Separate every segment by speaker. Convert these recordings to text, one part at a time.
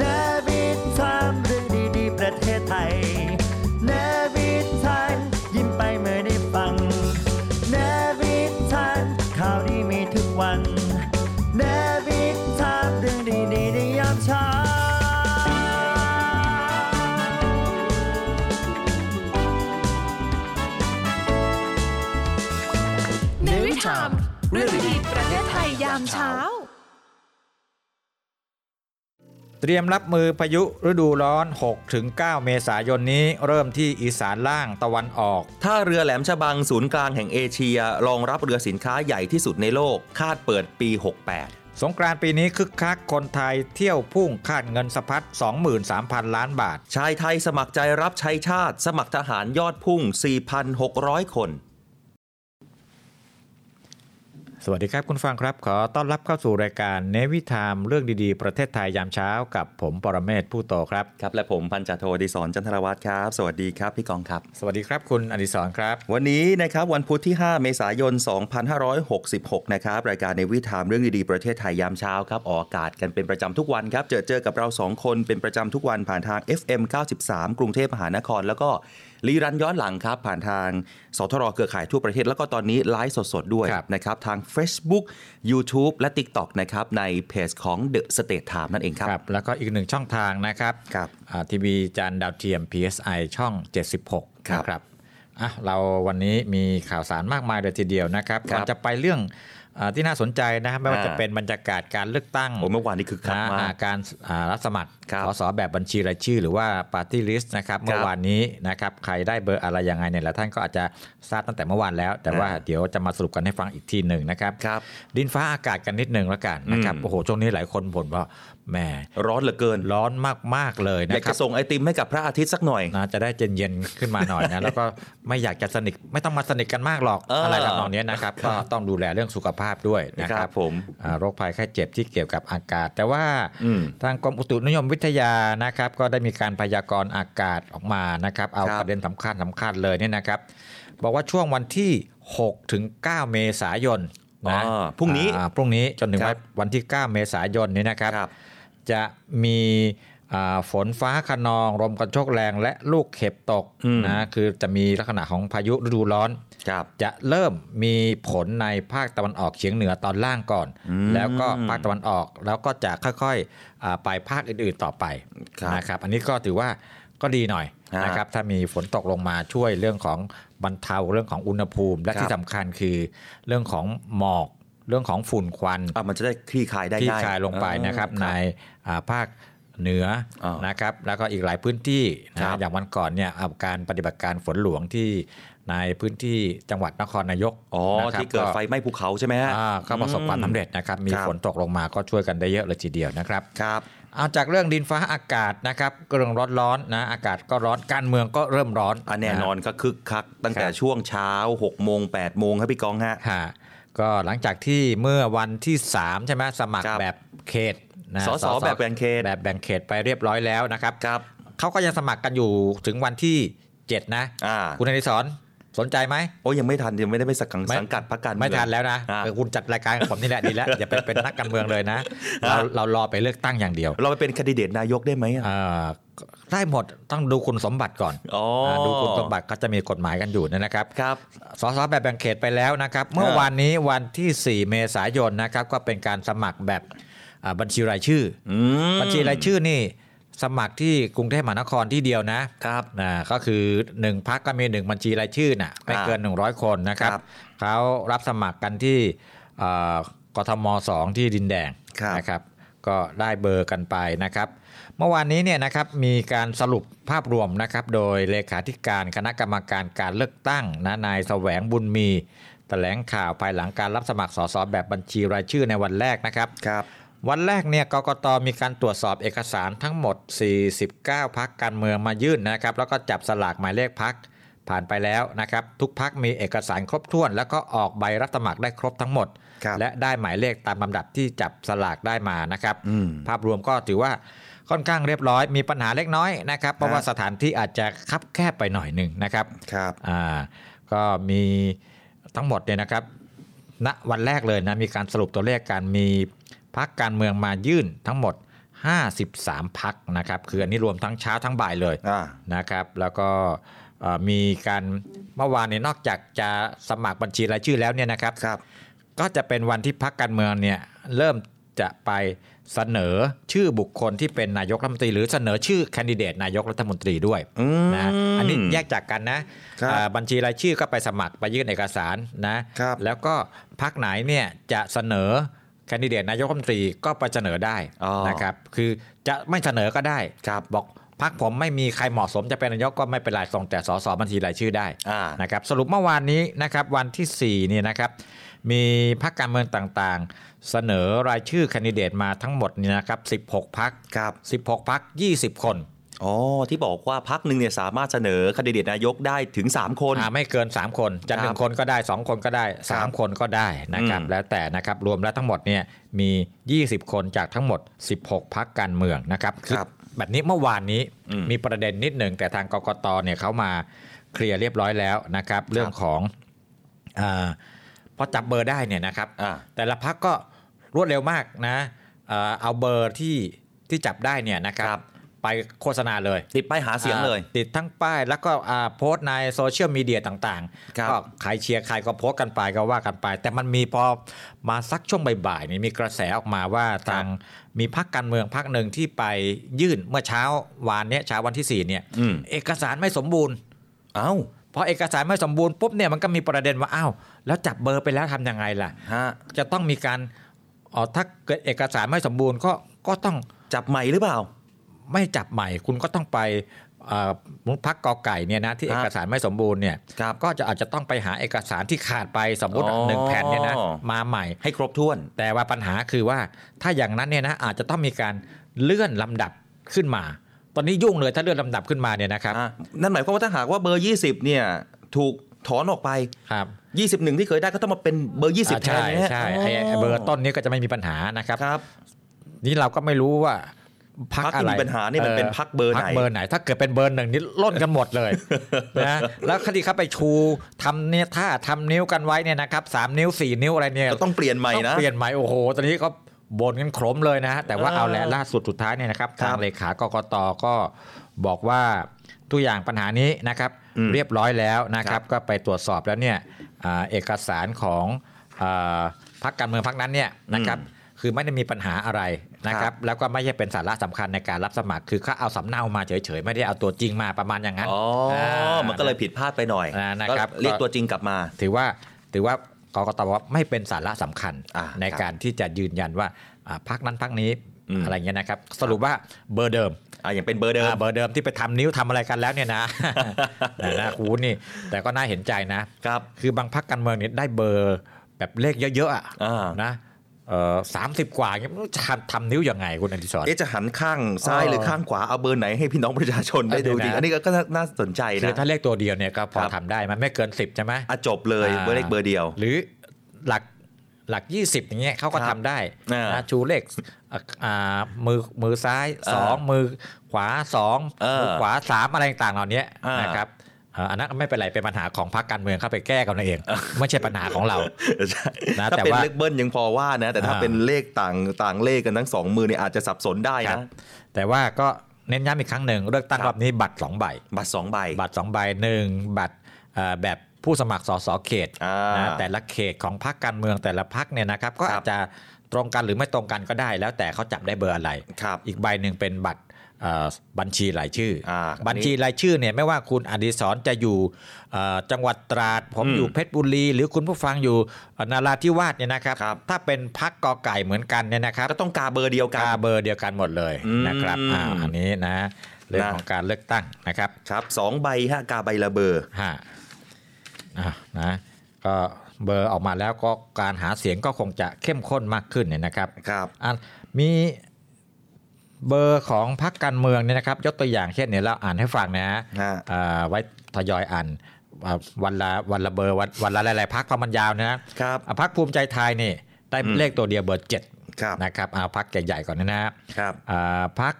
Speaker 1: นวิทามเรื่องดีๆ ประเทศไทยนวิทามยิ้มไปเมื่อได้ฟังนวิทามข่าวดีมีทุกวันนวิทามเรื่องดีๆในยามเช้า
Speaker 2: ในวิถามเรื่องดีๆประเทศไทยยามเช้า
Speaker 3: เตรียมรับมือพายุฤดูร้อน 6-9 เมษายนนี้เริ่มที่อีสานล่างตะวันออก
Speaker 4: ท่าเรือแหลมฉบังศูนย์กลางแห่งเอเชีย รองรับเรือสินค้าใหญ่ที่สุดในโลก คาดเปิดปี 68
Speaker 3: สงกรานต์ปีนี้คึกคักคนไทยเที่ยวพุ่งคาดเงินสะพัด 23,000 ล้านบาท
Speaker 4: ชายไทยสมัครใจรับใช้ชาติ สมัครทหารยอดพุ่ง 4,600 คน
Speaker 3: สวัสดีครับคุณฟังครับ ขอต้อนรับเข้าสู่รายการเนวิทามเรื่องดีๆ ประเทศไทยยามเช้ากับผมปรเมศผู้โตครับ
Speaker 4: ครับ และผมพันจ่าโทดิศรจันทรวัฒน์ครับ สวัสดีครับพี่กองครับ
Speaker 3: สวัสดีครับคุณอดิศรครับ
Speaker 4: วันนี้นะครับวันพุธที่ 5 เมษายน 2566 นะครับ รายการในวิถีถามเรื่องดีๆ ประเทศไทยยามเช้าครับ ออกอากาศกันเป็นประจำทุกวันครับ เจอเจอกับเรา 2 คนเป็นประจำทุกวันผ่านทาง FM 93 กรุงเทพมหานคร แล้วก็รีรันย้อนหลังครับ ผ่านทางสทรเครือข่ายทั่วประเทศ แล้วก็ตอนนี้ไลฟ์สดๆด้วย
Speaker 3: ครับ
Speaker 4: นะครับ ทาง Facebook YouTube และ TikTok นะครับ ในเพจของ The State Time นั่นเองครับ
Speaker 3: ครับแล้วก็อีกหนึ่งช่องทางนะครับ
Speaker 4: ครับ
Speaker 3: อ่าทีวีจานดาวเทียม PSI ช่อง 76
Speaker 4: ครับ
Speaker 3: นะครับอ่ะเราวันนี้มีข่าวสารมากมายเลยทีเดียวนะครับ
Speaker 4: ครั
Speaker 3: ก่
Speaker 4: บ
Speaker 3: อนจะไปเรื่องอาที่น่าสนใจนะครับไม่ว่า
Speaker 4: อ่า
Speaker 3: จะเป็นบรรยากาศการเลือกตั้ง
Speaker 4: โอ้เมื่อวานนี้คือคัก
Speaker 3: นะ
Speaker 4: มา
Speaker 3: อ่าก การอ่ารับสมัคร
Speaker 4: ครับ
Speaker 3: สสแบบบัญชีรายชื่อหรือว่าปาร์ตี้ลิสต์นะครับเมื่อวานนี้นะครับใครได้เบอร์อะไรยังไงเนี่ยหลายท่านก็อาจจะทราบตั้งแต่เมื่อวานแล้ว แต่ว่า
Speaker 4: อ่า
Speaker 3: เดี๋ยวจะมาสรุปกันให้ฟังอีกทีหนึ่งนะครับ
Speaker 4: ครับ
Speaker 3: ดินฟ้าอากาศกันนิดหนึ่งแล้วกันนะครับ
Speaker 4: อืม
Speaker 3: โอ้โหช่วงนี้หลายคนบ่นว่าแหม
Speaker 4: ร้อนเหลือเกิน
Speaker 3: ร้อนมาก ๆ เลย
Speaker 4: อยาก
Speaker 3: นะครั
Speaker 4: จะ
Speaker 3: บ
Speaker 4: ส่งไอติมให้กับพระอาทิตย์สักหน่อย
Speaker 3: นะจะได้เย็นๆขึ้นมาหน่อย นะแล้วก็ไม่อยากจะสนิทไม่ต้องมาสนิทกันมากหรอก
Speaker 4: เอออ
Speaker 3: อะไรทำนองเนี้ยนะครับ ก็ต้องดูแลเรื่องสุขภาพด้วยนะค
Speaker 4: ครั
Speaker 3: รับบ
Speaker 4: ผม
Speaker 3: อ่าโรคภัยไข้เจ็บที่เกี่ยวกับอากาศ แต่ว่า
Speaker 4: อืม
Speaker 3: ทางกรมอุตุนิยมวิทยานะครับ ก็ได้มีการพยากรณ์อากาศออกมานะครับ เอา
Speaker 4: ครับ
Speaker 3: ประเด็นสำคัญสคัญๆเลยเนี่ยนะครับ บอกว่าช่วงวันที่6ถึง9เมษายนนะ
Speaker 4: อ๋อพรุ่งนี้
Speaker 3: อ่าพรุ่งนี้จนถึง
Speaker 4: ครับ
Speaker 3: วันที่ 9 เมษายนนี้นะครับ
Speaker 4: ครับ
Speaker 3: จะมีอ่าฝนฟ้าขนองลมกระโชกแรงและลูกเห็บตก
Speaker 4: อืม
Speaker 3: นะคือจะมีลักษณะของพายุฤดูร้อน
Speaker 4: ครับ
Speaker 3: จะเริ่มมีผลในภาคตะวันออกเฉียงเหนือตอนล่างก่อน
Speaker 4: อืม
Speaker 3: แล้วก็ภาคตะวันออกแล้วก็จะค่อยๆอ่าไปภาคอื่นๆต่อไป
Speaker 4: ครับ
Speaker 3: นะครับ อันนี้ก็ถือว่าก็ดีหน่อย
Speaker 4: ฮะ
Speaker 3: นะครับถ้ามีฝนตกลงมาช่วยเรื่องของบรรเทาเรื่องของอุณหภูมิ และ
Speaker 4: ครับ
Speaker 3: ที่สำคัญคือเรื่องของหมอกเรื่องของฝุ่นควัน
Speaker 4: อ่ะมันจะได้คลี่คลายได้
Speaker 3: ที่
Speaker 4: ง่าย
Speaker 3: คลายลงไปนะครับ
Speaker 4: เออ
Speaker 3: ในอ่าภาคเหนือ
Speaker 4: อ่าน
Speaker 3: นะครับแล้วก็อีกหลายพื้นที่
Speaker 4: ครั
Speaker 3: นะ
Speaker 4: บ
Speaker 3: อย่างวันก่อนเนี่ยเอาการปฏิบัติการฝนหลวงที่ในพื้นที่จังหวัดนครนายก
Speaker 4: อ๋อ
Speaker 3: นะครับ
Speaker 4: ที่เกิดไฟไหม้ภูเขาใช่ไหมฮะ
Speaker 3: อ่าก็ประสบความสำเร็จนะครับมี
Speaker 4: ครับ
Speaker 3: ฝนตกลงมาก็ช่วยกันได้เยอะเลยทีเดียวนะครับ
Speaker 4: ครับ
Speaker 3: เอาจากเรื่องดินฟ้าอากาศนะครับเรื่องร้อนร้อนๆนะอากาศก็ร้อนการเมืองก็เริ่มร้อน
Speaker 4: อันแน่
Speaker 3: ะ
Speaker 4: นอนก็คึกคัก ตั้งแต่
Speaker 3: ครับ
Speaker 4: ช่วงเช้า6โมง8โมงครับพี่กองฮะ
Speaker 3: ฮะก็หลังจากที่เมื่อวันที่ 3 ใช่ไหมสมัคร
Speaker 4: ครับ
Speaker 3: แบบเขตนะ
Speaker 4: สสแบบแบ่งเขต
Speaker 3: แบบแบ่งเขตไปเรียบร้อยแล้วนะครับ
Speaker 4: ครับ
Speaker 3: เขาก็ยังสมัครกันอยู่ถึงวันที่ 7 นะ
Speaker 4: อ่า
Speaker 3: คุณอนิสรสนใจไหม
Speaker 4: โอ้ยยังไม่ทันยังไม่ได้ไปสังกัด
Speaker 3: ไม่
Speaker 4: สังกัดพรรคการเมือง
Speaker 3: ไม่ทันแล้วนะ
Speaker 4: อ่า
Speaker 3: เออคุณจัดรายการกับผมนี่แหละดีแล้ว อย่าไป เป็นนักการเมืองเลยนะ เราเรารอไปเลือกตั้งอย่างเดียว
Speaker 4: เราไปเป็นแคนดิเดตนายกได้ไหมอ่ะ
Speaker 3: เอ่อได้หมดต้องดูคุณสมบัติก่อน
Speaker 4: อ๋อา
Speaker 3: ดูคุณสมบัติเขาจะมีกฎหมายกันอยู่นะครับ
Speaker 4: ครับ
Speaker 3: สสแบบแบ่งเขตไปแล้วนะครับ เมื่อวานนี้วันที่ 4 เมษายนนะครับก็เป็นการสมัครแบบอ่าบัญชีรายชื่ออ
Speaker 4: อืม
Speaker 3: บัญชีรายชื่อนี่สมัครที่กรุงเทพมหานครที่เดียวนะ
Speaker 4: ครับ
Speaker 3: นะก็คือ 1พักก็มี 1 บัญชีรายชื่อน่ะไม่เกิน 100 คนนะครับ
Speaker 4: ครับ
Speaker 3: เขารับสมัครกันที่เอ่อกทม 2 ที่ดินแดง
Speaker 4: ครับ
Speaker 3: นะครับ ก็ได้เบอร์กันไปนะครับ เมื่อวานนี้เนี่ยนะครับมีการสรุปภาพรวมนะครับ โดยเลขาธิการคณะกรรมการการเลือกตั้งนะนายแสวงบุญมีแถลงข่าวภายหลังการรับสมัครสสแบบบัญชีรายชื่อในวันแรกนะครับ
Speaker 4: ครับ
Speaker 3: วันแรกเนี่ยกกตมีการตรวจสอบเอกสารทั้งหมด 49 พักการเมืองมายื่นนะครับ แล้วก็จับสลากหมายเลขพัก ผ่านไปแล้วนะครับทุกพักมีเอกสารครบถ้วน แล้วก็ออกใบรับสมัครได้ครบทั้งหมด
Speaker 4: ครับ
Speaker 3: และได้หมายเลขตามลำดับที่จับสลากได้มานะครับ
Speaker 4: อืม
Speaker 3: ภาพรวมก็ถือว่าค่อนข้างเรียบร้อยมีปัญหาเล็กน้อยนะครับเพราะว่า
Speaker 4: ฮะ
Speaker 3: สถานที่อาจจะคับแคบไปหน่อยหนึ่งนะครับ
Speaker 4: ครับ
Speaker 3: อ่าก็มีทั้งหมดเนี่ยนะครับ ณวันแรกเลยนะมีการสรุปตัวเลขการมีพักการเมืองมายื่นทั้งหมด 53 พักนะครับคืออันนี้รวมทั้งเช้าทั้งบ่ายเลย
Speaker 4: อ่า
Speaker 3: นะครับ แล้วก็เอ่อมีการเมื่อวานเนี่ยนอกจากจะสมัครบัญชีรายชื่อแล้วเนี่ยนะครับ
Speaker 4: ครับ
Speaker 3: ก็จะเป็นวันที่พักการเมืองเนี่ยเริ่มจะไปเสนอชื่อบุคคลที่เป็นนายกรัฐมนตรี หรือเสนอชื่อแคนดิเดตนายกรัฐมนตรีด้วย
Speaker 4: อืม
Speaker 3: นะอันนี้แยกจากกันนะครับ อ่าบัญชีรายชื่อก็ไปสมัครไปยื่นเอกสารนะครับ แล้วก็พักไหนเนี่ยจะเสนอแคนดิเดตนายกรัฐมนตรีก็ไปเสนอได้
Speaker 4: อ๋อ
Speaker 3: นะครับคือจะไม่เสนอก็ได้
Speaker 4: ครับ
Speaker 3: บอกพักผมไม่มีใครเหมาะสมจะเป็นนายกก็ไม่เป็นไรส่งแต่สสบัญชีรายชื่อได้
Speaker 4: อ่าน
Speaker 3: นะครับสรุปเมื่อวานนี้นะครับวันที่ 4 เนี่ยนะครับ มีพักการเมืองต่างๆ เสนอรายชื่อแคนดิเดตมาทั้งหมดเนี่ยนะครับ 16 พัก
Speaker 4: ครับ
Speaker 3: 16 พัก 20 คน
Speaker 4: อ๋อที่บอกว่าพักหนึ่งเนี่ยสามารถเสนอคนดิเดตนายกได้ถึง 3 คน
Speaker 3: อ่าไม่เกิน 3 คนจะ
Speaker 4: ครับ
Speaker 3: หนึ่งคนก็ได้ 2 คนก็ได้ 3 คนก็ได้นะครับ
Speaker 4: อืม
Speaker 3: แล้วแต่นะครับรวมแล้วทั้งหมดเนี่ยมี 20 คนจากทั้งหมด 16 พักการเมืองนะครับ
Speaker 4: ครับ
Speaker 3: แบบนี้เมื่อวานนี้
Speaker 4: อืม
Speaker 3: มีประเด็นนิดหนึ่งแต่ทางกกตเนี่ยเขามาเคลียร์เรียบร้อยแล้วนะครับเรื่องของอาพอจับเบอร์ได้เนี่ยนะครับ
Speaker 4: อ่า
Speaker 3: แต่ละพักก็รวดเร็วมากนะเอ่อเอาเบอร์ที่ที่จับได้เนี่ยนะครับ ไปโฆษณาเลย
Speaker 4: ติดป้ายหาเสียงเลย
Speaker 3: อ่าติดทั้งป้ายแล้วก็อ่าโพสต์ในโซเชียลมีเดียต่าง
Speaker 4: ครับ
Speaker 3: ๆ ก็ใครเชียร์ใครก็โพสต์กันไปก็ว่ากันไป แต่มันมีพอมาสักช่วงบ่ายๆนี่มีกระแสออกมาว่าทางมีพักการเมืองพักหนึ่งที่ไปยื่นเมื่อเช้าวานเนี้ยเช้าวันที่ 4 เนี่ย
Speaker 4: อืม
Speaker 3: เอกสารไม่สมบูรณ์
Speaker 4: เอ้า
Speaker 3: พอเอกสารไม่สมบูรณ์ปุ๊บเนี่ยมันก็มีประเด็นว่าอ้าวแล้วจับเบอร์ไปแล้วทำยังไงล่ะ
Speaker 4: ฮะ
Speaker 3: จะต้องมีการเอ๋อถ้าเกิดเอกสารไม่สมบูรณ์ก็ก็ต้อง
Speaker 4: จับใหม่หรือเปล่า
Speaker 3: ไม่จับใหม่คุณก็ต้องไปเอ่อพักกอไก่เนี่ยนะที่
Speaker 4: ครั
Speaker 3: เอบ กสารไม่สมบูรณ์เนี่ย
Speaker 4: ครับ
Speaker 3: ก็จะอาจจะต้องไปหาเอกสารที่ขาดไปสมมติ
Speaker 4: อ๋อ
Speaker 3: หนึ่งแผ่นเนี่ยนะมาใหม่
Speaker 4: ให้ครบถ้วน
Speaker 3: แต่ว่าปัญหาคือว่าถ้าอย่างนั้นเนี่ยนะอาจจะต้องมีการเลื่อนลำดับขึ้นมา ตอนนี้ยุ่งเลยถ้าเลื่อนลำดับขึ้นมาเนี่ยนะครับ
Speaker 4: อ่ะนั่นหมายความว่าถ้าหากว่าเบอร์ 20 เนี่ย ถูกถอนออกไป
Speaker 3: ครับ
Speaker 4: 21 ที่เคยได้ก็ต้องมาเป็นเบอร์ 20แทน
Speaker 3: ใช่
Speaker 4: นะฮะ
Speaker 3: ใช่ไอ้ไอ้เบอร์ต้นนี้ก็จะไม่มีปัญหานะครับ
Speaker 4: ครับ
Speaker 3: นี่เราก็ไม่รู้ว่าพัก
Speaker 4: พรรคที่
Speaker 3: อะไร
Speaker 4: มีปัญหาเนี่ยมันเป็นพรรคเบอร์ไหน
Speaker 3: พคเบอร์ไหน ถ้าเกิดเป็นเบอร์หนึ่งนี่ล่นกันหมดเลย นะแล้วคดีเขาไปชูทำเนี่ยท่าทำนิ้วกันไว้เนี่ยนะครับสามนิ้วสี่นิ้วอะไรเนี่ย
Speaker 4: ก็ต้องเปลี่ยนใหม่นะ
Speaker 3: ต้องเปลี่ยนใหม่โอ้โห ตอนนี้ก็บ่นกันโครมเลยนะฮะแต่ว่า
Speaker 4: เออ
Speaker 3: เอาแหละล่าสุดสุดท้ายเนี่ยนะครับ
Speaker 4: ครับ
Speaker 3: ทางเลขากกตก็บอกว่าทุกอย่างปัญหานี้นะครับ
Speaker 4: อืม
Speaker 3: เรียบร้อยแล้วนะค
Speaker 4: ครั
Speaker 3: รับ
Speaker 4: บ
Speaker 3: ก็ไปตรวจสอบแล้วเนี่ยอ่าเอกสารของอาพรรคการเมืองพรรคนั้นเนี่ยนะครับ คือไม่ได้มีปัญหาอะไรนะค
Speaker 4: ครั
Speaker 3: รับ บ แล้วก็ไม่ใช่เป็นสาระสำคัญในการรับสมัคร คือเขาเอาสำเนามาเฉยๆ ไม่ได้เอาตัวจริงมาประมาณอย่างนั้น
Speaker 4: อ๋อ
Speaker 3: า
Speaker 4: มันก็เลยผิดพลาดไปหน่อย
Speaker 3: อ่านะ
Speaker 4: ก็
Speaker 3: ครับ
Speaker 4: เรียกตัวจริงกลับมา
Speaker 3: ถือว่าถือว่ากกตบอกว่าไม่เป็นสาระสำคัญ
Speaker 4: อ่า
Speaker 3: ใน
Speaker 4: ครับ
Speaker 3: การที่จะยืนยันว่าอ่าพักนั้นพักนี้
Speaker 4: อืม
Speaker 3: อะไรเงี้ยนะครับ สรุปว่าเบอร์เดิม
Speaker 4: อ่ะอย่างเป็นเบอร์เดิม
Speaker 3: อ่าเบอร์เดิมที่ไปทำนิ้วทำอะไรกันแล้วเนี่ย นะ นะนะคูนี่แต่ก็น่าเห็นใจนะ
Speaker 4: ครับ
Speaker 3: คือบางพักการเมืองเนี่ยได้เบอร์แบบเลขเยอะๆอะ
Speaker 4: อ่าน
Speaker 3: นะสามสิบกว่าเงี้ยไม่รู้จะทำนิ้วยังไงคุณอดิศร
Speaker 4: เอ๊ะจะหันข้างซ้าย
Speaker 3: เออ
Speaker 4: หรือข้างขวาเอาเบอร์ไหนให้พี่น้องประชาชนได้
Speaker 3: เดี๋
Speaker 4: ดู
Speaker 3: ยว
Speaker 4: ดี
Speaker 3: นะ
Speaker 4: อันนี้ก็น่าน่าสนใจ
Speaker 3: คือ
Speaker 4: นะ
Speaker 3: ถ้าเลขตัวเดียวเนี่ยก็พอ
Speaker 4: ครับ
Speaker 3: ทำได้มันไม่เกิน 10 ใช่ไหม
Speaker 4: อ่ะจบเลย
Speaker 3: อ่า
Speaker 4: เบอร์เลขเบอร์เดียว
Speaker 3: หรือหลักหลัก 20 อย่างเงี้ยเขาก็
Speaker 4: ครั
Speaker 3: ทำ
Speaker 4: บ
Speaker 3: ได้
Speaker 4: อ่าน
Speaker 3: นะชูเลขอ่ะอ่ามือมือซ้าย
Speaker 4: อ่า
Speaker 3: 2 มือขวา
Speaker 4: เออ
Speaker 3: 2 มือขวา 3 อะไรต่างๆเหล่านี้
Speaker 4: อ่าน
Speaker 3: นะครับเอ่ออันนั้นไม่เป็นไรเป็นปัญหาของพรรคการเมืองเข้าไปแก้กันเอาเอง ไม่ใช่ปัญหาของเรา
Speaker 4: ใช่
Speaker 3: นะ
Speaker 4: ถ้า
Speaker 3: แต่
Speaker 4: เป็น
Speaker 3: ว่า
Speaker 4: เลขเบิ้ลยังพอว่านะ แต่ถ้า
Speaker 3: อ่า
Speaker 4: เป็นเลขต่างต่างเลขกันทั้งสองมือเนี่ยอาจจะสับสนได้
Speaker 3: ครับ
Speaker 4: นะ
Speaker 3: แต่ว่าก็เน้นย้ำอีกครั้งหนึ่งเลือกตั้ง
Speaker 4: ครับ
Speaker 3: รอบนี้บัตร 2 ใบ
Speaker 4: บัตรสองใบ
Speaker 3: บัตร 2 ใบหนึ่งบัตรเอ่อแบบผู้สมัครสสเขต
Speaker 4: อ่า
Speaker 3: นะแต่ละเขตของพรรคการเมืองแต่ละพรรคเนี่ยนะครับก็
Speaker 4: ครับ
Speaker 3: อาจจะตรงกันหรือไม่ตรงกันก็ได้ แล้วแต่เขาจับได้เบอร์อะไร
Speaker 4: ครับ
Speaker 3: อีกใบหนึ่งเป็นบัตรเอ่อบัญชีรายชื่ออา บัญชีรายชื่อเนี่ยไม่ว่าคุณอดิศรจะอยู่เอ่อจังหวัดตราด ผม
Speaker 4: อืม
Speaker 3: อยู่เพชรบุรี หรือคุณผู้ฟังอยู่เอ่อนาราธิวาสเนี่ยนะครับ
Speaker 4: ครับ
Speaker 3: ถ้าเป็นพักกอไก่เหมือนกันเนี่ยนะครับ
Speaker 4: ก็ต้องกาเบอร์เดียวกัน
Speaker 3: กาเบอร์เดียวกันหมดเลย
Speaker 4: อืม
Speaker 3: นะครับอ่าอันนี้นะเรื่อง
Speaker 4: นะ
Speaker 3: ของการเลือกตั้งนะครับ
Speaker 4: ครับสองใบฮะกาใบละเบอร์
Speaker 3: ฮะอ่ะนะก็เบอร์ออกมาแล้วก็การหาเสียงก็คงจะเข้มข้นมากขึ้นเนี่ยนะครับ
Speaker 4: ครับ
Speaker 3: อ่ะมีเบอร์ของพรรคการเมืองเนี่ยนะครับ ยกตัวอย่างเช่นเนี่ยเราอ่านให้ฟังนะฮะ
Speaker 4: ฮะ
Speaker 3: อ่าไว้ ทยอยอ่านอ่าวันละวันละเบอร์วันวันละหลายๆพักพอมันยาวนะฮะ
Speaker 4: ครับ
Speaker 3: อ่ะพักภูมิใจไทยนี่ได้เลขตัวเดียวเบอร์เจ็ด
Speaker 4: ครับ
Speaker 3: นะครับเอาพักใหญ่ๆก่อนนะฮะ
Speaker 4: ครับ
Speaker 3: อ่าพัก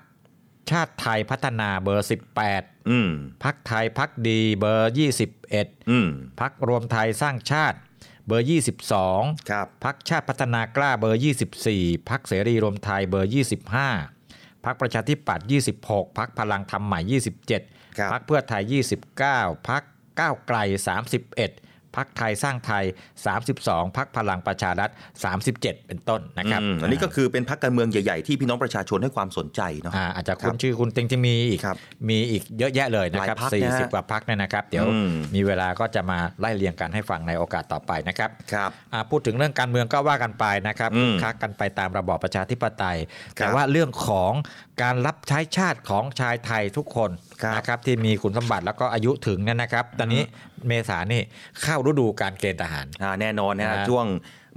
Speaker 3: ชาติไทยพัฒนาเบอร์ 18
Speaker 4: อืม
Speaker 3: พักไทยพักดีเบอร์ 21
Speaker 4: อืม
Speaker 3: พักรวมไทยสร้างชาติเบอร์ 22
Speaker 4: ครับ
Speaker 3: พักชาติพัฒนากล้าเบอร์ 24 พักเสรีรวมไทยเบอร์ 25 พักประชาธิปัตย์ 26 พักพลังธรรมใหม่
Speaker 4: ครับ
Speaker 3: 27 พักเพื่อไทย 29 พักก้าวไกล 31 พักไทยสร้างไทย 32 พักพลังประชารัฐ 37 เป็นต้นนะครับ
Speaker 4: อืมอันนี้ก็คือเป็นพักการเมืองใหญ่ ๆ ที่พี่น้องประชาชนให้ความสนใจเนาะ
Speaker 3: อ่าอาจจะคุ้นชื่อคุณเต็งที่มีอีก
Speaker 4: ครับ
Speaker 3: มีอีกเยอะแยะเลยนะครับ
Speaker 4: หลายพรรคนะฮะ
Speaker 3: 40 กว่าพักเนี่ยนะครับ เดี๋ยว
Speaker 4: อืม
Speaker 3: มีเวลาก็จะมาไล่เรียงกันให้ฟังในโอกาสต่อไปนะครับ
Speaker 4: ครับ
Speaker 3: อ่าพูดถึงเรื่องการเมืองก็ว่ากันไปนะครับ
Speaker 4: อืม
Speaker 3: คึกคักกันไปตามระบอบประชาธิปไตย
Speaker 4: ครับ
Speaker 3: แต่ว่าเรื่องของการรับใช้ชาติของชายไทยทุกคน
Speaker 4: ครับ
Speaker 3: นะครับที่มีคุณสมบัติแล้วก็อายุถึงเนี่ยนะครับ ตอนนี้เมษานี่เข้าฤดูการเกณฑ์ทหาร
Speaker 4: าแน่นอนนะฮะ
Speaker 3: นะฮะ
Speaker 4: ช่วง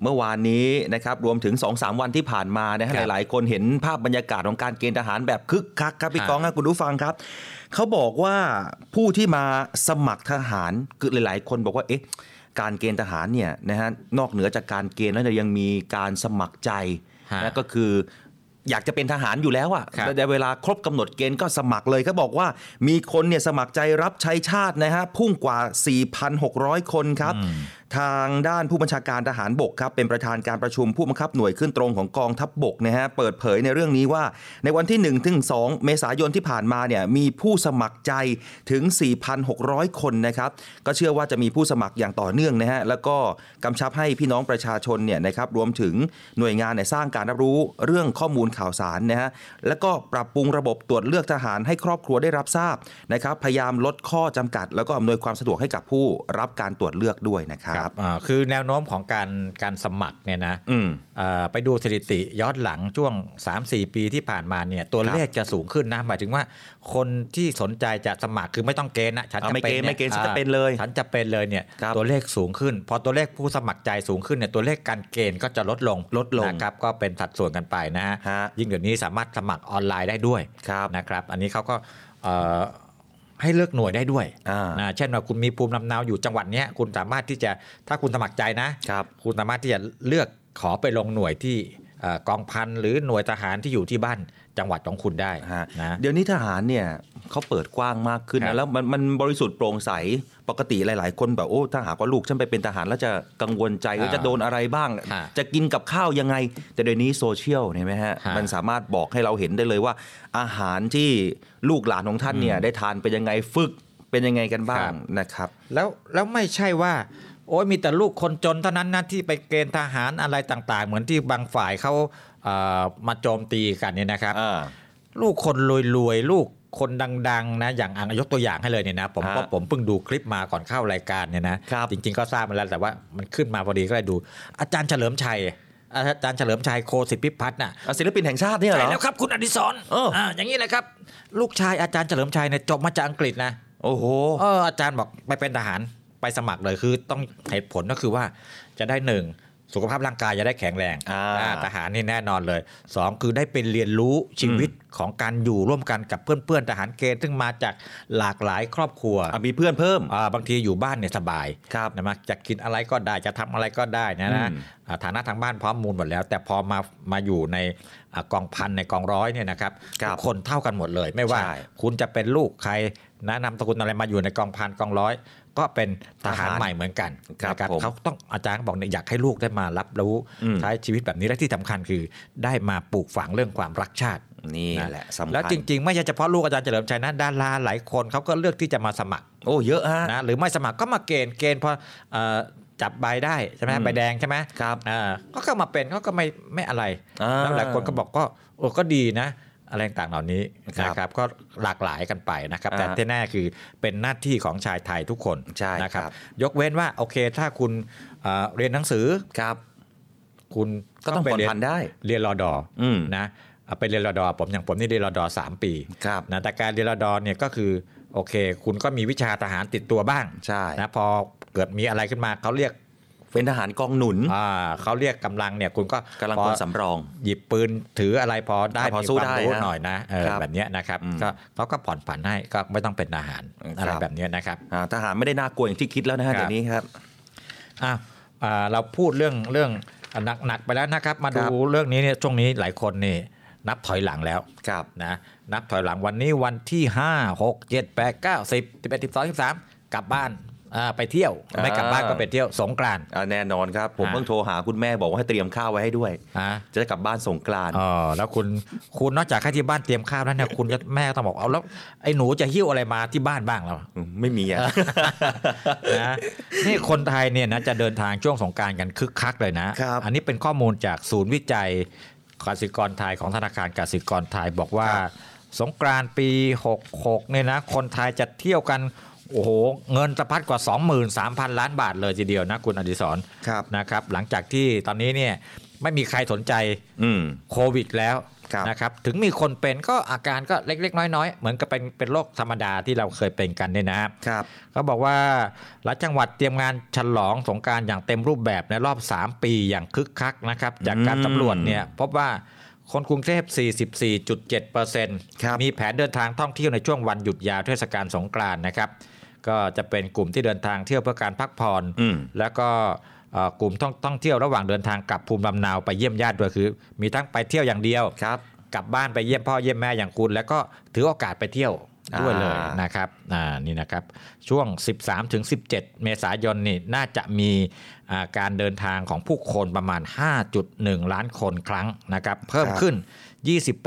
Speaker 4: เมื่อวานนี้นะครับรวมถึง 2-3 วันที่ผ่านมานะฮะ
Speaker 3: ค
Speaker 4: ห
Speaker 3: รับ
Speaker 4: ลายๆ คนเห็นภาพบรรยากาศของการเกณฑ์ทหารแบบคึกคักครับพี่
Speaker 3: ฮะ
Speaker 4: กองครับคุณผู้ฟังครับ เขาบอกว่าผู้ที่มาสมัครทหารคือหลาย ๆ คนบอกว่าเอ๊ะการเกณฑ์ทหารเนี่ยนะฮะนอกเหนือจากการเกณฑ์แล้วเนี่ยยังมีการสมัครใจ
Speaker 3: ฮะ
Speaker 4: นะก็คืออยากจะเป็นทหารอยู่แล้วอะ
Speaker 3: ครับ
Speaker 4: แต่เวลาครบกำหนดเกณฑ์ก็สมัครเลยเขาบอกว่ามีคนเนี่ยสมัครใจรับใช้ชาตินะฮะพุ่งกว่า 4,600 คนครับ
Speaker 3: อืม
Speaker 4: ทางด้านผู้บัญชาการทหารบกครับเป็นประธานการประชุมผู้บังคับหน่วยขึ้นตรงของกองทัพบกนะฮะเปิดเผยในเรื่องนี้ว่า ในวันที่1ถึง2เมษายนที่ผ่านมาเนี่ยมีผู้สมัครใจถึง 4,600 คนนะครับ ก็เชื่อว่าจะมีผู้สมัครอย่างต่อเนื่องนะฮะแล้วก็กำชับให้พี่น้องประชาชนเนี่ยนะครับรวมถึงหน่วยงานเนี่ยสร้างการรับรู้เรื่องข้อมูลข่าวสารนะฮะแล้วก็ปรับปรุงระบบตรวจเลือกทหารให้ครอบครัวได้รับทราบนะครับพยายามลดข้อจำกัด แล้วก็อำนวยความสะดวกให้กับผู้รับการตรวจเลือกด้วยนะครับ
Speaker 3: อ่าคือแนวโน้มของการการสมัครเนี่ยนะ
Speaker 4: อืม
Speaker 3: เอ่อไปดูสถิติย้อนหลังช่วง 3-4 ปีที่ผ่านมาเนี่ยตัวเลขจะสูงขึ้นนะหมายถึงว่า คนที่สนใจจะสมัครคือไม่ต้องเกณฑ์นะฉัน
Speaker 4: เอา
Speaker 3: จะ
Speaker 4: ไม่
Speaker 3: เป็น
Speaker 4: เกณฑ์
Speaker 3: ย
Speaker 4: ไม่เกณฑ์ฉันจะ
Speaker 3: อ่า
Speaker 4: เป็นเลย
Speaker 3: ฉันจะเป็นเลยเนี่ย
Speaker 4: ครับ
Speaker 3: ตัวเลขสูงขึ้น พอตัวเลขผู้สมัครใจสูงขึ้นเนี่ยตัวเลขการเกณฑ์ก็จะลดลง
Speaker 4: ลดลง
Speaker 3: นะครับก็เป็นสัดส่วนกันไปนะฮะ
Speaker 4: ฮะ
Speaker 3: ยิ่งเดี๋ยวนี้สามารถสมัครออนไลน์ได้ด้วย
Speaker 4: ครับ
Speaker 3: นะครับ อันนี้เขาก็เอ่อให้เลือกหน่วยได้ด้วย
Speaker 4: อ่าน
Speaker 3: นะเช่นว่าคุณมีภูมิลำเนาอยู่จังหวัดเนี้ยคุณสามารถที่จะถ้าคุณสมัครใจนะ
Speaker 4: ครับ
Speaker 3: คุณสามารถที่จะเลือกขอไปลงหน่วยที่เอ่อกองพันหรือหน่วยทหารที่อยู่ที่บ้านจังหวัดของคุณได้
Speaker 4: ฮะ
Speaker 3: นะ
Speaker 4: เดี๋ยวนี้ทหารเนี่ยเขาเปิดกว้างมากขึ้น
Speaker 3: ครั
Speaker 4: นะ
Speaker 3: บ
Speaker 4: แล้วมันมันบริสุทธิ์โปร่งใสปกติหลาย ๆ คนแบบโอ้ถ้าหากว่าลูกฉันไปเป็นทหารแล้วจะกังวลใจว่า
Speaker 3: อ่า
Speaker 4: จะโดนอะไรบ้าง
Speaker 3: ฮะ
Speaker 4: จะกินกับข้าวยังไง แต่เดี๋ยวนี้โซเชียลเห็นไหมฮะ
Speaker 3: ฮะ
Speaker 4: มันสามารถบอกให้เราเห็นได้เลยว่า อาหารที่ลูกหลานของท่านเนี่ยได้ทานเป็นยังไงฝึกเป็นยังไงกันบ้า
Speaker 3: ครั
Speaker 4: ง
Speaker 3: บ
Speaker 4: นะครับ
Speaker 3: แล้วแล้วไม่ใช่ว่า โอ้ยมีแต่ลูกคนจนเท่านั้นนะที่ไปเกณฑ์ทหารอะไรต่างๆ เหมือนที่บางฝ่ายเขาเอ่อมาโจมตีกันเนี่ยนะครับ
Speaker 4: อ่า
Speaker 3: ลูกคนรวยๆ ลูกคนดังๆนะอย่างอ่ะยกตัวอย่างให้เลยเนี่ยนะผม
Speaker 4: ฮะ
Speaker 3: ก็ผมเพิ่งดูคลิปมาก่อนเข้ารายการเนี่ยนะครับ จริงๆก็ทราบมาแล้วแต่ว่ามันขึ้นมาพอดีก็เลยดู อาจารย์เฉลิมชัยอาจารย์เฉลิมชัยโคสิทธิพิพัฒน์น่ะ
Speaker 4: อ่ะศิลปินแห่งชาติเนี่ยเหร
Speaker 3: ใช่
Speaker 4: อ
Speaker 3: แล้วครับคุณอดิศร
Speaker 4: เอออ่
Speaker 3: าอย่างนี้แหละครับ ลูกชายอาจารย์เฉลิมชัยเนี่ยจบมาจากอังกฤษนะ
Speaker 4: โอ้โห
Speaker 3: เอออาจารย์บอกไปเป็นทหารไปสมัครเลยคือต้องเหตุผลก็คือว่าจะได้หนึ่งสุขภาพร่างกายจะได้แข็งแรง
Speaker 4: อ่า
Speaker 3: อ่าทหารนี่แน่นอนเลยสองคือได้เป็นเรียนรู้ชีวิตของการอยู่ร่วมกันกับเพื่อนๆทหารเกณฑ์ซึ่งมาจากหลากหลายครอบครัว
Speaker 4: ะมีเพื่อนเพิ่ม
Speaker 3: อ่าบางทีอยู่บ้านเนี่ยสบาย
Speaker 4: ครับ
Speaker 3: นะมาจะกินอะไรก็ได้จะทำอะไรก็ได้นะนะ
Speaker 4: อืม
Speaker 3: อ่าฐานะทางบ้านพร้อมมูลหมดแล้ว แต่พอมามาอยู่ในอ่ากองพันในกองร้อยเนี่ยนะครับ
Speaker 4: ครับ
Speaker 3: คนเท่ากันหมดเลย ไม่ว่า
Speaker 4: ใช่
Speaker 3: คุณจะเป็นลูกใครนะนามสกุลอะไรมาอยู่ในกองพันกองร้อย ก็เป็นท
Speaker 4: ท
Speaker 3: หาร
Speaker 4: หาร
Speaker 3: ใหม่เหมือนกัน
Speaker 4: ครับ
Speaker 3: นะ
Speaker 4: ผม
Speaker 3: เขาต้องอาจารย์บอกเนี่ยอยากให้ลูกได้มารับรู้
Speaker 4: อืม
Speaker 3: ใช้ชีวิตแบบนี้และที่สำคัญคือ ได้มาปลูกฝังเรื่องความรักชาติ
Speaker 4: นี่
Speaker 3: นะ
Speaker 4: แหละสำคัญ
Speaker 3: แล้วจริง ๆ ไม่ใช่เฉพาะลูกอาจารย์เฉลิมชัยนะดาราหลายคนเขาก็เลือกที่จะมาสมัคร
Speaker 4: โอ้เยอะฮะ
Speaker 3: นะหรือไม่สมัครก็มาเกณฑ์เกณฑ์พอเอ่อจับใบได้ใช่ไหม
Speaker 4: อืม
Speaker 3: ใบแดงใช่ไหม
Speaker 4: ครับ
Speaker 3: อ่าก็เข้ามาเป็นเขาก็ไม่ไม่อะไร
Speaker 4: อ่า
Speaker 3: แล้วหลายคนก็บอกก็โอ้ก็ดีนะอะไรต่างๆเหล่านี้
Speaker 4: ครับ
Speaker 3: นะครับก็หลากหลายกันไปนะครับ
Speaker 4: อ่า
Speaker 3: แต่ที่แน่คือเป็นหน้าที่ของชายไทยทุกคน
Speaker 4: ใช่
Speaker 3: นะค
Speaker 4: ครั
Speaker 3: รับ
Speaker 4: บ
Speaker 3: ยกเว้นว่าโอเคถ้าคุณเอ่อเรียนหนังสือ
Speaker 4: ครับ
Speaker 3: คุณ
Speaker 4: ก็ต้อง
Speaker 3: ไป
Speaker 4: ผ่อน
Speaker 3: เรีย
Speaker 4: พันได้
Speaker 3: เรียนรอดอ
Speaker 4: อืม
Speaker 3: นะอ่ะไปเรียนรอดอผมอย่างผมนี่เรียนรอดอสามปี
Speaker 4: ครับ
Speaker 3: นะแต่การเรียนรอดอเนี่ยก็คือโอเค คุณก็มีวิชาทหารติดตัวบ้าง
Speaker 4: ใช่
Speaker 3: นะพอเกิดมีอะไรขึ้นมาเขาเรียก
Speaker 4: เป็นทหารกองหนุน
Speaker 3: อ่าเขาเรียกกำลังเนี่ยคุณก็
Speaker 4: กำลัง
Speaker 3: พ
Speaker 4: พ
Speaker 3: อ
Speaker 4: ลสำรอง
Speaker 3: หยิบปืนถืออะไรพอได้
Speaker 4: อ่าพอ
Speaker 3: มี
Speaker 4: สู้
Speaker 3: ความรู้
Speaker 4: ได้นะ
Speaker 3: หน่อยนะเออ
Speaker 4: ครับ
Speaker 3: แบบเนี้ยนะครับ
Speaker 4: อืม
Speaker 3: ก็เขาก็ผ่อนผันให้ก็ไม่ต้องเป็นทหารอะไร
Speaker 4: ครับ
Speaker 3: แบบเนี้ยนะครับ
Speaker 4: อ่าทหารไม่ได้น่ากลัวอย่างที่คิดแล้วนะฮะ
Speaker 3: ครับ
Speaker 4: เดี๋ยวนี้ครับ
Speaker 3: อ่ะอ่าเราพูดเรื่องเรื่องหนักหนักไปแล้วนะครับ มาดู
Speaker 4: ครับ
Speaker 3: เรื่องนี้เนี่ยช่วงนี้หลายคนนี่นับถอยหลังแล้ว
Speaker 4: ครับ
Speaker 3: นะนับถอยหลังวันนี้วันที่ 5 6 7 8 9 10 11 12 13 กลับบ้านอ่าไปเที่ยวไม่กลับบ้านก็ไปเที่ยวสงกรานต์
Speaker 4: อ่าแน่นอนครับ ผม
Speaker 3: อ่า
Speaker 4: เพิ่งโทรหาคุณแม่บอกว่าให้เตรียมข้าวไว้ให้ด้วย
Speaker 3: อ่ะ
Speaker 4: จะได้กลับบ้านสงกรานต์
Speaker 3: อ๋อแล้วคุณคุณนอกจากให้ที่บ้านเตรียมข้าวแล้วเนี่ยคุณก็แม่ก็ต้องบอกเอาแล้วไอ้หนูจะหิ้วอะไรมาที่บ้านบ้างเรา
Speaker 4: อืมไม่มีอ่ะ
Speaker 3: นะนี่คนไทยเนี่ยนะจะเดินทางช่วงสงกรารกันคึกคักเลยนะ
Speaker 4: ครับ
Speaker 3: อันนี้เป็นข้อมูลจากศูนย์วิจัยกสิกรไทยของธนาคารกสิกรไทยบอกว่า สงกรานต์ปี 66เนี่ยนะคนไทยจะเที่ยวกันโอ้โหเงินสะพัดกว่า 23,000 ล้านบาทเลยทีเดียวนะคุณอดิศร
Speaker 4: ครับ
Speaker 3: นะครับ หลังจากที่ตอนนี้เนี่ยไม่มีใครสนใจ
Speaker 4: อืม
Speaker 3: โควิดแล้ว
Speaker 4: ครับ
Speaker 3: นะครับถึงมีคนเป็นก็อาการก็เล็ก ๆ น้อย ๆ เหมือนกับเป็นเป็นโรคธรรมดาที่เราเคยเป็นกันเนี่ยนะครับ
Speaker 4: ครับ
Speaker 3: เขาบอกว่าหลายจังหวัดเตรียมงานฉลองสงกรารอย่างเต็มรูปแบบในรอบ 3 ปีอย่างคึกคักนะครับ จากการ
Speaker 4: อืม
Speaker 3: สำรวจเนี่ยพบว่าคนกรุงเทพ 44.7%
Speaker 4: ครับ
Speaker 3: มีแผนเดินทางท่องเที่ยวในช่วงวันหยุดยาวเทศกาลสงกรานต์นะครับ ก็จะเป็นกลุ่มที่เดินทางเที่ยวเพื่อการพักผ่อน
Speaker 4: อืม
Speaker 3: แล้วก็เอ่อกลุ่มท่องท่องเที่ยวระหว่างเดินทางกลับภูมิลำเนาไปเยี่ยมญาติด้วยคือ มีทั้งไปเที่ยวอย่างเดียว
Speaker 4: ครับ
Speaker 3: กลับบ้านไปเยี่ยมพ่อเยี่ยมแม่อย่างคุณ แล้วก็ถือโอกาสไปเที่ยวด้วย
Speaker 4: อ่า
Speaker 3: เลยนะครับอ่านี่นะครับ ช่วง 13ถึง17 เมษายนนี่น่าจะมีอ่าการเดินทางของผู้คนประมาณ 5.1 ล้านคนครั้งนะครับ เพิ่มขึ้น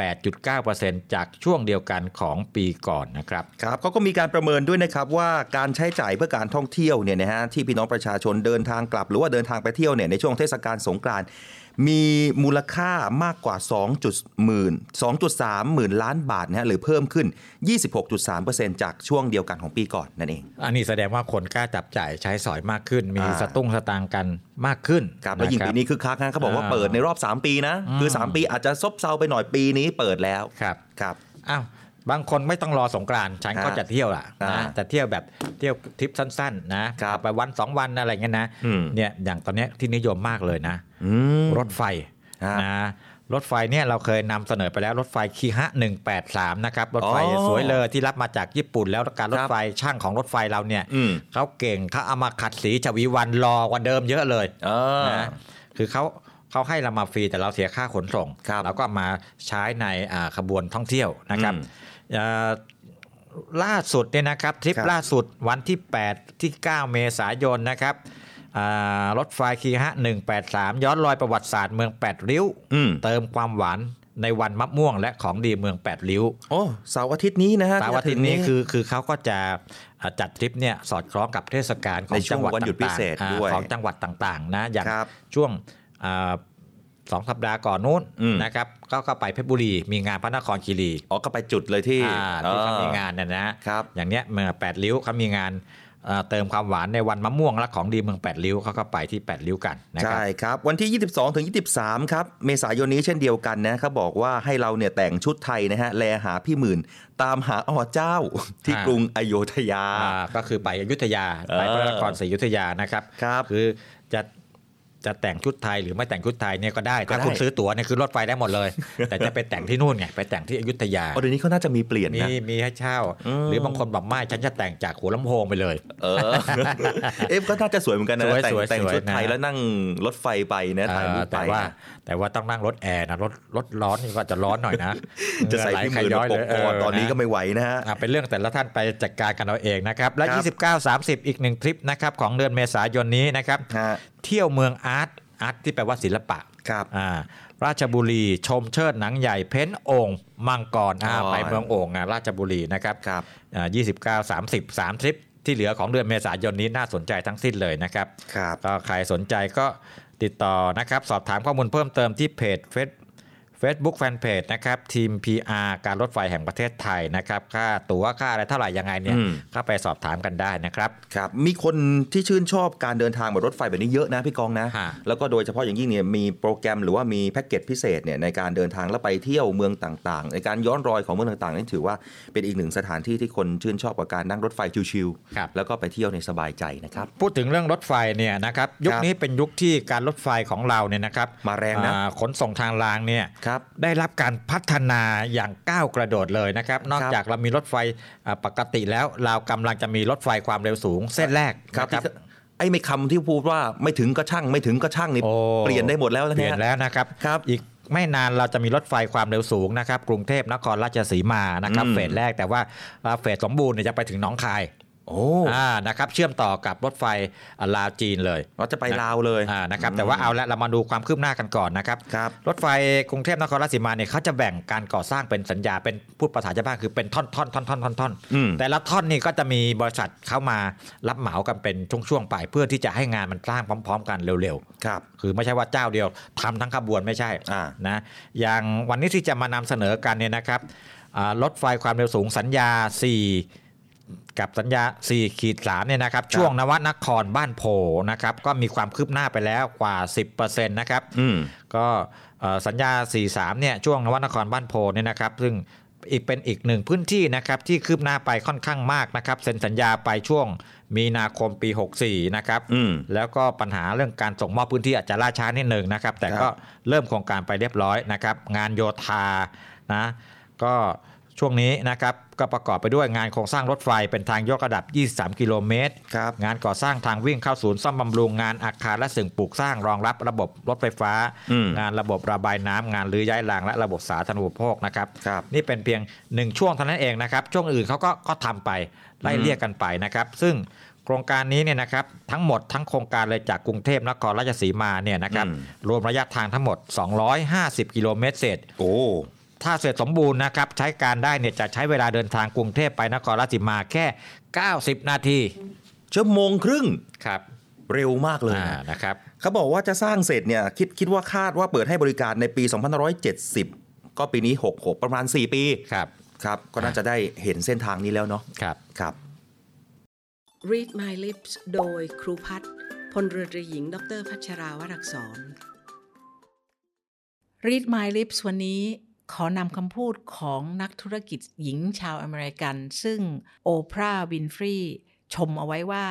Speaker 3: 28.9%จากช่วงเดียวกันของปีก่อนนะครับ
Speaker 4: ครับเขาก็มีการประเมินด้วยนะครับว่าการใช้จ่ายเพื่อการท่องเที่ยวเนี่ยนะฮะที่พี่น้องประชาชนเดินทางกลับ หรือว่าเดินทางไปเที่ยวเนี่ยในช่วงเทศกาลสงกรานต์มีมูลค่ามากกว่า2จุดหมื่น2.3 หมื่นล้านบาทนะฮะหรือเพิ่มขึ้น 26.3%จากช่วงเดียวกันของปีก่อนนั่นเอง
Speaker 3: อันนี้แสดงว่าคนกล้าจับจ่ายใช้สอยมากขึ้น มี
Speaker 4: อ่า
Speaker 3: สตุ้งสตางค์กันมากขึ้น
Speaker 4: ครับแล้วยิ่ง
Speaker 3: ะค
Speaker 4: ปี
Speaker 3: รับ
Speaker 4: นี้คึกคักนะเขาบอกว่า
Speaker 3: อ่า
Speaker 4: เปิดในรอบ 3 ปีนะคือ
Speaker 3: อืม
Speaker 4: 3 ปีอาจจะซบเซาไปหน่อยปีนี้เปิดแล้ว
Speaker 3: ครับ
Speaker 4: ครับ
Speaker 3: อ้าวบางคนไม่ต้องรอสงกรานต์ฉันก็
Speaker 4: อ่า
Speaker 3: จะเที่ยวล่ะ
Speaker 4: อ่า
Speaker 3: นะแต่เที่ยวแบบเที่ยวทริปสั้นๆนะครับไปวันสองวันอะไรเงี้ยนะ
Speaker 4: อืม
Speaker 3: เนี่ยอย่างตอนเนี้ยที่นิยมมากเลยนะ
Speaker 4: อืม
Speaker 3: รถไฟ
Speaker 4: ฮะ
Speaker 3: นะรถไฟเนี่ยเราเคยนำเสนอไปแล้วรถไฟคีฮะ183นะครับรถไฟ
Speaker 4: อ๋อ
Speaker 3: สวยเลยที่รับมาจากญี่ปุ่น แล้วการรถไฟช่างของรถไฟเราเนี่ย
Speaker 4: อืม
Speaker 3: เขาเก่งเขาเอามาขัดสีฉวีวันรอกว่าเดิมเยอะเลย
Speaker 4: เออ
Speaker 3: นะคือเขาเขาให้เรามาฟรีแต่เราเสียค่าขนส่ง
Speaker 4: ครับ
Speaker 3: แล้วก็มาใช้ในอ่าขบวนท่องเที่ยวนะครับ
Speaker 4: อืม
Speaker 3: เอ่อล่าสุดเนี่ยนะครับทริป
Speaker 4: ครับ
Speaker 3: ล่าสุดวันที่ 8 ที่ 9 เมษายนนะครับอ่ารถไฟคีฮะ 183 ย้อนรอยประวัติศาสตร์เมือง 8 ริ้ว
Speaker 4: อืม
Speaker 3: เติมความหวานในวันมะม่วงและของดีเมือง 8 ริ้ว
Speaker 4: โอ้เสาร์อาทิตย์นี้นะฮะ
Speaker 3: สาวอาทิตย์นี้คือคือเขาก็จะอ่าจัดทริปเนี่ยสอดคล้องกับเทศกาลของ
Speaker 4: ในช่
Speaker 3: จั
Speaker 4: ว
Speaker 3: ง
Speaker 4: ง
Speaker 3: หวัด
Speaker 4: วันหยุดพิ
Speaker 3: ต่าง
Speaker 4: เศษ
Speaker 3: ๆอ่า
Speaker 4: ด้วย
Speaker 3: ของจังหวัดต่างๆนะอย่าง
Speaker 4: ครับ
Speaker 3: ช่วงอ่าสองสัปดาห์ก่อนนู้น
Speaker 4: อืม
Speaker 3: นะครับก็ก็ไปเพชรบุรี มีงานพระนครคีรี
Speaker 4: อ๋อก็ไปจุดเลยที่
Speaker 3: อ่าที่เขามี
Speaker 4: เออ
Speaker 3: งานนะนะครับ อย่างเนี้ยเมืองแปดริ้วเขามีงานเอ่อเติมความหวานในวันมะม่วงและของดีเมืองแปดริ้วเขาก็ไปที่แปดริ้วกันนะครับ
Speaker 4: ใช่ครับ วันที่ 22 ถึง 23 ครับ เมษายนนี้เช่นเดียวกันนะครับบอกว่าให้เราเนี่ยแต่งชุดไทยนะฮะ แลหาพี่หมื่น ตามหาอ๋อเจ้า ที่
Speaker 3: อ่า
Speaker 4: กรุงอโยธยา
Speaker 3: อ่าก็คือไปอยุธยาไปพระนครศรีอยุธยานะครับ
Speaker 4: ครับ
Speaker 3: คือจะจะแต่งชุดไทยหรือไม่แต่งชุดไทยเนี่ยก็ได้
Speaker 4: ก็
Speaker 3: ถ้า
Speaker 4: ได้
Speaker 3: คุณซื้อตั๋วเนี่ยคือรถไฟได้หมด เลย แต่จะไปแต่งที่นู่นไงไปแต่งที่อยุธยา
Speaker 4: อ๋อเดี๋ยวนี้เขาน่าจะมีเปลี่ยน
Speaker 3: มี
Speaker 4: นะ
Speaker 3: มีให้เช่า
Speaker 4: อืม
Speaker 3: หรือบางคนบอกไม่ฉันจะแต่งจากหัวลำโพงไปเลย
Speaker 4: เอ อ เอฟก็น่าจะสวยเหมือนกันนะ
Speaker 3: สวย
Speaker 4: แต่ง
Speaker 3: สวย
Speaker 4: แต่ง
Speaker 3: สวย
Speaker 4: ชุดไทย
Speaker 3: นะ
Speaker 4: แล้วนั่งรถไฟไปนะถ่ายรูปไป
Speaker 3: เอ่อแต่ว่าแต่ว่าต้องนั่งรถแอร์นะรถรถร้อนนี่ก็จะร้อนหน่อยนะ
Speaker 4: จะใส่พี่หมื่นมาปกคอตอนนี้ก็
Speaker 3: ไม่
Speaker 4: ไม่ไหวนะฮะ
Speaker 3: อ่ะเป็นเรื่องแต่ละท่านไปจัดการกันเอาเองนะครับ และ
Speaker 4: ครับ
Speaker 3: 29 30 อีกหนึ่งทริปนะครับของเดือนเมษายนนี้นะครับ
Speaker 4: ฮะ
Speaker 3: เที่ยวเมืองอาร์ตอาร์ตที่แปลว่าศิลปะ
Speaker 4: ครับ
Speaker 3: อ่าราชบุรีชมเชิดหนังใหญ่เพ้นโอ่งมังกรอ่า
Speaker 4: อ๋อ
Speaker 3: ไปเมืองโอ่งอ่ะราชบุรีนะครับ
Speaker 4: ครับ
Speaker 3: อ่า29 30 3ทริปที่เหลือของเดือนเมษายนนี้น่าสนใจทั้งสิ้นเลยนะครับ
Speaker 4: ครับ
Speaker 3: ก็ใครสนใจก็ติดต่อนะครับ สอบถามข้อมูลเพิ่มเติมที่เพจเฟซ Facebook Fanpage นะครับ ทีม PR การรถไฟแห่งประเทศไทยนะครับ ค่าตั๋วค่าอะไรเท่าไหร่ยังไงเนี่ย
Speaker 4: อืม
Speaker 3: เข้าไปสอบถามกันได้นะครับ
Speaker 4: ครับมีคนที่ชื่นชอบการเดินทางแบบรถไฟแบบนี้เยอะนะพี่กองนะ
Speaker 3: ฮะ
Speaker 4: แล้วก็โดยเฉพาะอย่างยิ่งเนี่ยมีโปรแกรมหรือว่ามีแพ็กเกจพิเศษเนี่ยในการเดินทางแล้วไปเที่ยวเมืองต่างๆ ในการย้อนรอยของเมืองต่างๆนี่ถือว่าเป็นอีกหนึ่งสถานที่ที่คนชื่นชอบกับการนั่งรถไฟชิว
Speaker 3: ครับ
Speaker 4: แล้วก็ไปเที่ยวในสบายใจนะครับ
Speaker 3: พูดถึงเรื่องรถไฟเนี่ยนะครับยุคนี้เป็นยุคที่การรถไฟของเราเนี่ยนะครับ
Speaker 4: มาแรงนะ
Speaker 3: อ่ขนส่งทางรางเนี่ย
Speaker 4: ครับ
Speaker 3: ได้รับการพัฒนาอย่างก้าวกระโดดเลยนะครับ นอกจากเรามีรถไฟอ่าปกติแล้วเรากำลังจะมีรถไฟความเร็วสูงเส้นแรก
Speaker 4: ครับ
Speaker 3: นะ
Speaker 4: ที่ไอ้ไม่คำที่พูดว่าไม่ถึงก็ช่างไม่ถึงก็ช่างนี่
Speaker 3: โอ้
Speaker 4: เปลี่ยนได้หมดแล้วนะ
Speaker 3: เปลี่ยน
Speaker 4: ฮะ
Speaker 3: แล้วนะครับ
Speaker 4: ครับ
Speaker 3: อีกไม่นานเราจะมีรถไฟความเร็วสูงนะครับ กรุงเทพนครราชสีมานะครับ
Speaker 4: อืม
Speaker 3: เฟสแรกแต่ว่าอ่าเฟสสมบูรณ์เนี่ยจะไปถึงหนองคาย
Speaker 4: โอ้
Speaker 3: อ่านะครับเชื่อมต่อกับรถไฟอ่าลาวจีนเลย
Speaker 4: เราจะไปลาวเลย
Speaker 3: อ่านะครับแต่ว่าเอาละเรามาดูความคืบหน้ากันก่อนนะครับ
Speaker 4: ครับ
Speaker 3: รถไฟกรุงเทพนครราชสีมาเนี่ยเขาจะแบ่งการก่อสร้างเป็นสัญญาเป็นพูดภาษาชาวบ้านคือเป็นท่อนท่อนท่อนท่อนท่อนท่อน
Speaker 4: อืม
Speaker 3: แต่ละท่อนนี่ก็จะมีบริษัทเข้ามารับเหมากันเป็นช่วงๆไปเพื่อที่จะให้งานมันสร้างพร้อม ๆ กันเร็วๆ
Speaker 4: ครับ
Speaker 3: คือไม่ใช่ว่าเจ้าเดียวทำทั้งขบวนไม่ใช่
Speaker 4: อ่า
Speaker 3: นะอย่างวันนี้ที่จะมานำเสนอกันเนี่ยนะครับอ่ารถไฟความเร็วสูงสัญญา 4 กับสัญญา4ขีด3เนี่ยนะครับช่วงนวนครบ้านโพนะครับก็มีความคืบหน้าไปแล้วกว่า 10%นะครับ
Speaker 4: อืม
Speaker 3: ก็เอ่อสัญญา 43 เนี่ย ช่วงนวนครบ้านโพเนี่ยนะครับ ซึ่งอีกเป็นอีกหนึ่งพื้นที่นะครับที่คืบหน้าไปค่อนข้างมากนะครับ เซ็นสัญญาไปช่วงมีนาคมปี 64 นะครับ
Speaker 4: อืม
Speaker 3: แล้วก็ปัญหาเรื่องการส่งมอบพื้นที่อาจจะล่าช้านิดหนึ่งนะครับ แต่ก็เริ่มโครงการไปเรียบร้อยนะครับ งานโยธานะ ก็ช่วงนี้นะครับก็ประกอบไปด้วยงานโครงสร้างรถไฟเป็นทางยกระดับ 23 กิโลเมตร
Speaker 4: ครับ
Speaker 3: งานก่อสร้างทางวิ่งเข้าศูนย์ซ่อมบำรุงงานอาคารและสิ่งปลูกสร้างรองรับระบบรถไฟฟ้า
Speaker 4: อืม
Speaker 3: งานระบบระบายน้ำงานรื้อย้ายรางและระบบสาธารณูปโภคนะครับ
Speaker 4: ครับ
Speaker 3: นี่เป็นเพียงหนึ่งช่วงเท่านั้นเองนะครับ ช่วงอื่นเขาก็ก็ทำไปไล่เรียกกันไปนะครับ ซึ่งโครงการนี้เนี่ยนะครับทั้งหมดทั้งโครงการเลยจากกรุงเทพนครราชสีมาเนี่ยนะครับ
Speaker 4: อืม
Speaker 3: รวมระยะทางทั้งหมด 250 กิโลเมตรเศษ
Speaker 4: โอ้
Speaker 3: ถ้าเสร็จสมบูรณ์นะครับใช้การได้เนี่ยจะใช้เวลาเดินทางกรุงเทพไปนครราชสีมาแค่ 90 นาที
Speaker 4: ชั่วโมงครึ่ง
Speaker 3: ครับ
Speaker 4: เร็วมากเลย
Speaker 3: อ่านะครับ
Speaker 4: เขาบอกว่าจะสร้างเสร็จเนี่ยคิดคิดว่าคาดว่าเปิดให้บริการในปี 2570 ก็ปีนี้ 66 ประมาณ 4 ปี
Speaker 3: ครับ
Speaker 4: ครับ ก็น่าจะได้เห็นเส้นทางนี้แล้วเนาะ
Speaker 3: ครับ
Speaker 4: ครับ
Speaker 2: Read My Lips โดยครูพัฒน์พลเรือตรีหญิง ดรพัชราวรักษร
Speaker 5: Read My Lips วันนี้ขอนำคำพูดของนักธุรกิจหญิงชาวอเมริกัน ซึ่งโอปราห์วินฟรีย์ชมเอาไว้ว่า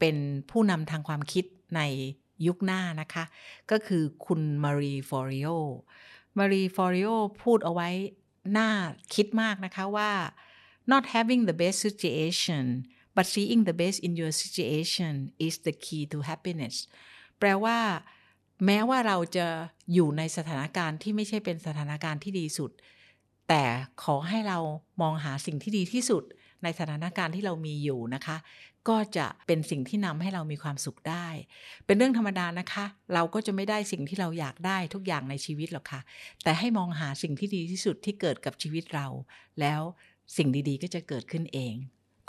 Speaker 5: เป็นผู้นำทางความคิดในยุคหน้านะคะ ก็คือคุณมารีฟอริโอมารีฟอริโอพูดเอาไว้น่าคิดมากนะคะว่า not having the best situation but seeing the best in your situation is the key to happiness แปลว่า แม้ว่าเราจะอยู่ในสถานการณ์ที่ไม่ใช่เป็นสถานการณ์ที่ดีสุด แต่ขอให้เรามองหาสิ่งที่ดีที่สุด ในสถานการณ์ที่เรามีอยู่นะคะ ก็จะเป็นสิ่งที่นำให้เรามีความสุขได้ เป็นเรื่องธรรมดานะคะ เราก็จะไม่ได้สิ่งที่เราอยากได้ทุกอย่างในชีวิตหรอกค่ะ แต่ให้มองหาสิ่งที่ดีที่สุดที่เกิดกับชีวิตเรา แล้วสิ่งดีๆ ก็จะเกิดขึ้นเอง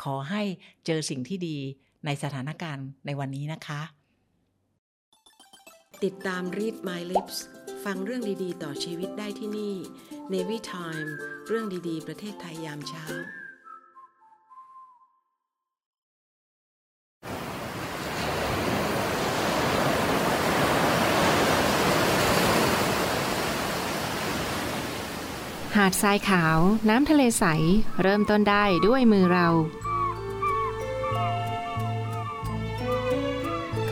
Speaker 5: ขอให้เจอสิ่งที่ดีในสถานการณ์ในวันนี้นะคะ
Speaker 2: ติดตาม Read My Lips ฟังเรื่องดีๆ ต่อชีวิตได้ที่นี่ Navy Time เรื่องดีๆ ประเทศไทยยามเช้า
Speaker 6: หาดทรายขาว น้ำทะเลใส เริ่มต้นได้ด้วยมือเรา ข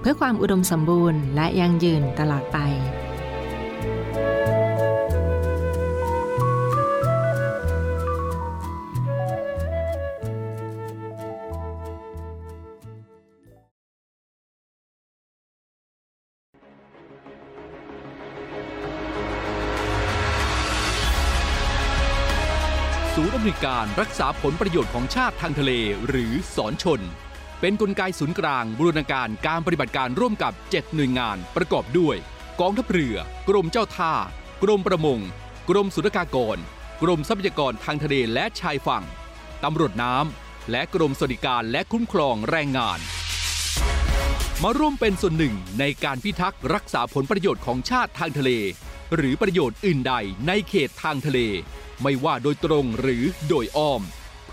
Speaker 6: เพื่อความอุดมสมบูรณ์และยั่งยืนตลอดไป
Speaker 4: ค
Speaker 7: ศูนย์อำนวยการรักษาผลประโยชน์ของชาติทางทะเลหรือสอนชน เป็นกลไกศูนย์กลางบูรณาการการปฏิบัติการร่วมกับ 7 หน่วยงานประกอบด้วย กองทัพเรือ กรมเจ้าท่า กรมประมง กรมศุลกากร กรมทรัพยากรทางทะเลและชายฝั่ง ตำรวจน้ำ และกรมสวัสดิการและคุ้มครองแรงงาน มาร่วมเป็นส่วนหนึ่งในการพิทักษ์รักษาผลประโยชน์ของชาติทางทะเล หรือประโยชน์อื่นใดในเขตทางทะเล ไม่ว่าโดยตรงหรือโดยอ้อม เพ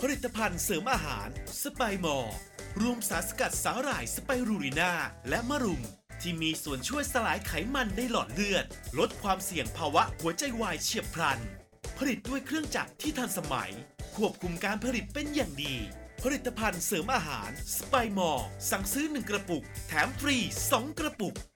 Speaker 8: ผลิตภัณฑ์เสริมอาหารสไปมอร์รวมสารสกัดสาหร่ายสไปรูรินาและมะรุม ที่มีส่วนช่วยสลายไขมันในหลอดเลือด ลดความเสี่ยงภาวะหัวใจวายเฉียบพลัน ผลิตด้วยเครื่องจักรที่ทันสมัย ควบคุมการผลิตเป็นอย่างดี ผลิตภัณฑ์เสริมอาหารสไปมอร์สั่งซื้อ 1 กระปุก แถมฟรี 2 กระปุก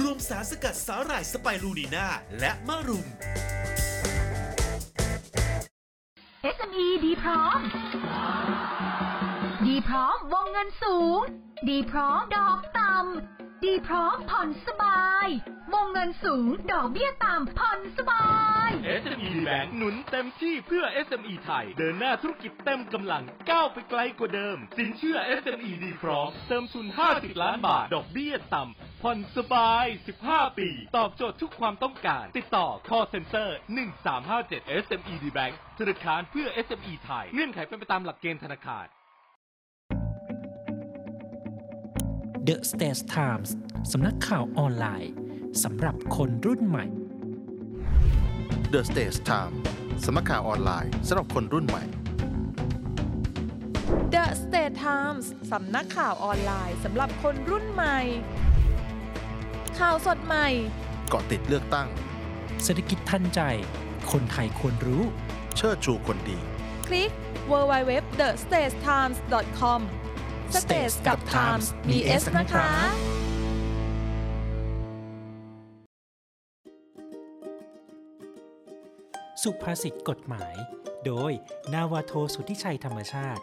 Speaker 8: รวมสารสกัดสาหร่ายสไปรูนีนาและมะรุม
Speaker 9: SME ดีพร้อม ดีพร้อมวงเงินสูง ดีพร้อมดอกต่ำ ดีพร้อมผ่อนสบาย วงเงินสูงดอกเบี้ยต่ำผ่อนสบาย
Speaker 10: SME Bank หนุนเต็มที่เพื่อ SME ไทย เดินหน้าธุรกิจเต็มกำลังก้าวไปไกลกว่าเดิม สินเชื่อ SME ดีพร้อม เติมทุน 50 ล้านบาท ดอกเบี้ยต่ำผ่อนสบาย 15 ปี ตอบโจทย์ทุกความต้องการ ติดต่อ call center 1357 SME D Bank ธนาคารเพื่อ SME ไทย เงื่อนไขเป็นไปตามหลักเกณฑ์ธนาคาร
Speaker 11: The States Times สำนักข่าวออนไลน์สำหรับคนรุ่นใหม่
Speaker 12: The Stage Time สำนักข่าวออนไลน์สำหรับคนรุ่นใหม่
Speaker 13: The State Times สำนักข่าวออนไลน์สำหรับคนรุ่นใหม่ ข่าวสดใหม่
Speaker 12: เกาะติดเลือกตั้ง
Speaker 11: เศรษฐกิจทันใจ คนไทยควรรู้
Speaker 12: เชิดชูคนดี
Speaker 13: คลิก www the stage times com States กับ Times มี S นะคะ
Speaker 11: สุภาษิตกฎหมาย โดย นาวาโทสุทธิชัยธรรมชาติ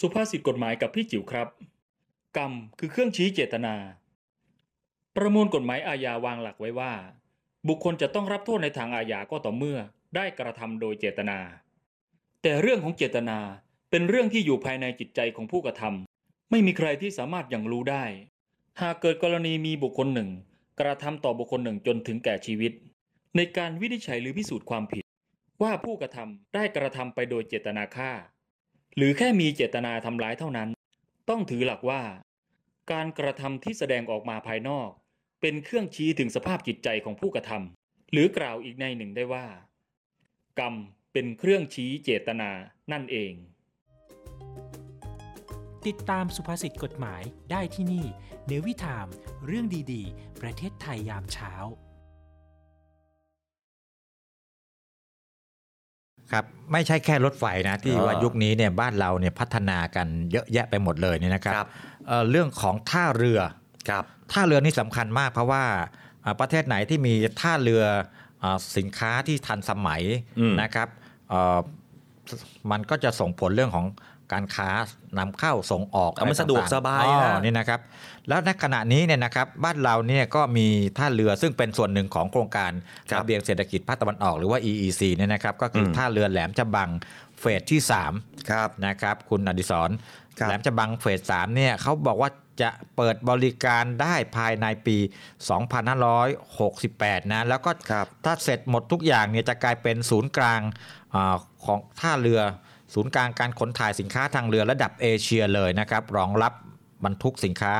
Speaker 14: สุภาษิตกฎหมายกับพี่จิ๋วครับ กรรมคือเครื่องชี้เจตนา ประมวลกฎหมายอาญาวางหลักไว้ว่า บุคคลจะต้องรับโทษในทางอาญาก็ต่อเมื่อได้กระทำโดยเจตนา แต่เรื่องของเจตนาเป็นเรื่องที่อยู่ภายในจิตใจของผู้กระทำไม่มีใครที่สามารถอย่างรู้ได้ หากเกิดกรณีมีบุคคลหนึ่ง กระทำต่อบุคคลหนึ่งจนถึงแก่ชีวิต ในการวินิจฉัยหรือพิสูจน์ความผิด ว่าผู้กระทำได้กระทำไปโดยเจตนาฆ่า หรือแค่มีเจตนาทำร้ายเท่านั้น ต้องถือหลักว่า การกระทำที่แสดงออกมาภายนอก เป็นเครื่องชี้ถึงสภาพจิตใจของผู้กระทำหรือกล่าวอีกในหนึ่งได้ว่า กรรมเป็นเครื่องชี้เจตนานั่นเอง
Speaker 11: ติดตามสุภาษิตกฎหมายได้ที่นี่ เนวิทาม เรื่องดีๆ ประเทศไทยยามเช้า
Speaker 3: ครับไม่ใช่แค่รถไฟนะที่
Speaker 4: เออ
Speaker 3: ว่ายุคนี้เนี่ยบ้านเราเนี่ยพัฒนากันเยอะแยะไปหมดเลยเนี่ยนะครับ
Speaker 4: ครับ
Speaker 3: เอ่อเรื่องของท่าเรือ
Speaker 4: ครับ
Speaker 3: ท่าเรือนี่สำคัญมากเพราะว่าอ่าประเทศไหนที่มีท่าเรืออ่าสินค้าที่ทันสมัย
Speaker 4: อืม
Speaker 3: นะครับเอ่อมันก็จะส่งผลเรื่องของการค้านำเข้าส่งออก
Speaker 4: เอามัน
Speaker 3: อไร
Speaker 4: สะดวก
Speaker 3: ต่งๆ
Speaker 4: สบาย
Speaker 3: อ๋อ
Speaker 4: นะ
Speaker 3: นี่นะครับ แล้วณขณะนี้เนี่ยนะครับบ้านเราเนี่ยก็มีท่าเรือซึ่งเป็นส่วนหนึ่งของโครงการ
Speaker 4: ครับ
Speaker 3: ระเบียงเศรษฐกิจภาคตะวันออกหรือว่า EEC เนี่ยนะครับก็คืออ
Speaker 4: ม
Speaker 3: ท่าเรือแหลมฉบังเฟสที่สาม
Speaker 4: ครับ
Speaker 3: นะครับคุณอดิศร
Speaker 4: ครับ
Speaker 3: แหลมฉบังเฟสสามเนี่ยเขาบอกว่าจะเปิดบริการได้ภายในปี 2568 นะ แล้วก็
Speaker 4: ครับ
Speaker 3: ถ้าเสร็จหมดทุกอย่างเนี่ยจะกลายเป็นศูนย์กลางอาของท่าเรือ ศูนย์กลางการขนถ่ายสินค้าทางเรือระดับเอเชียเลยนะครับ รองรับบรรทุกสินค้า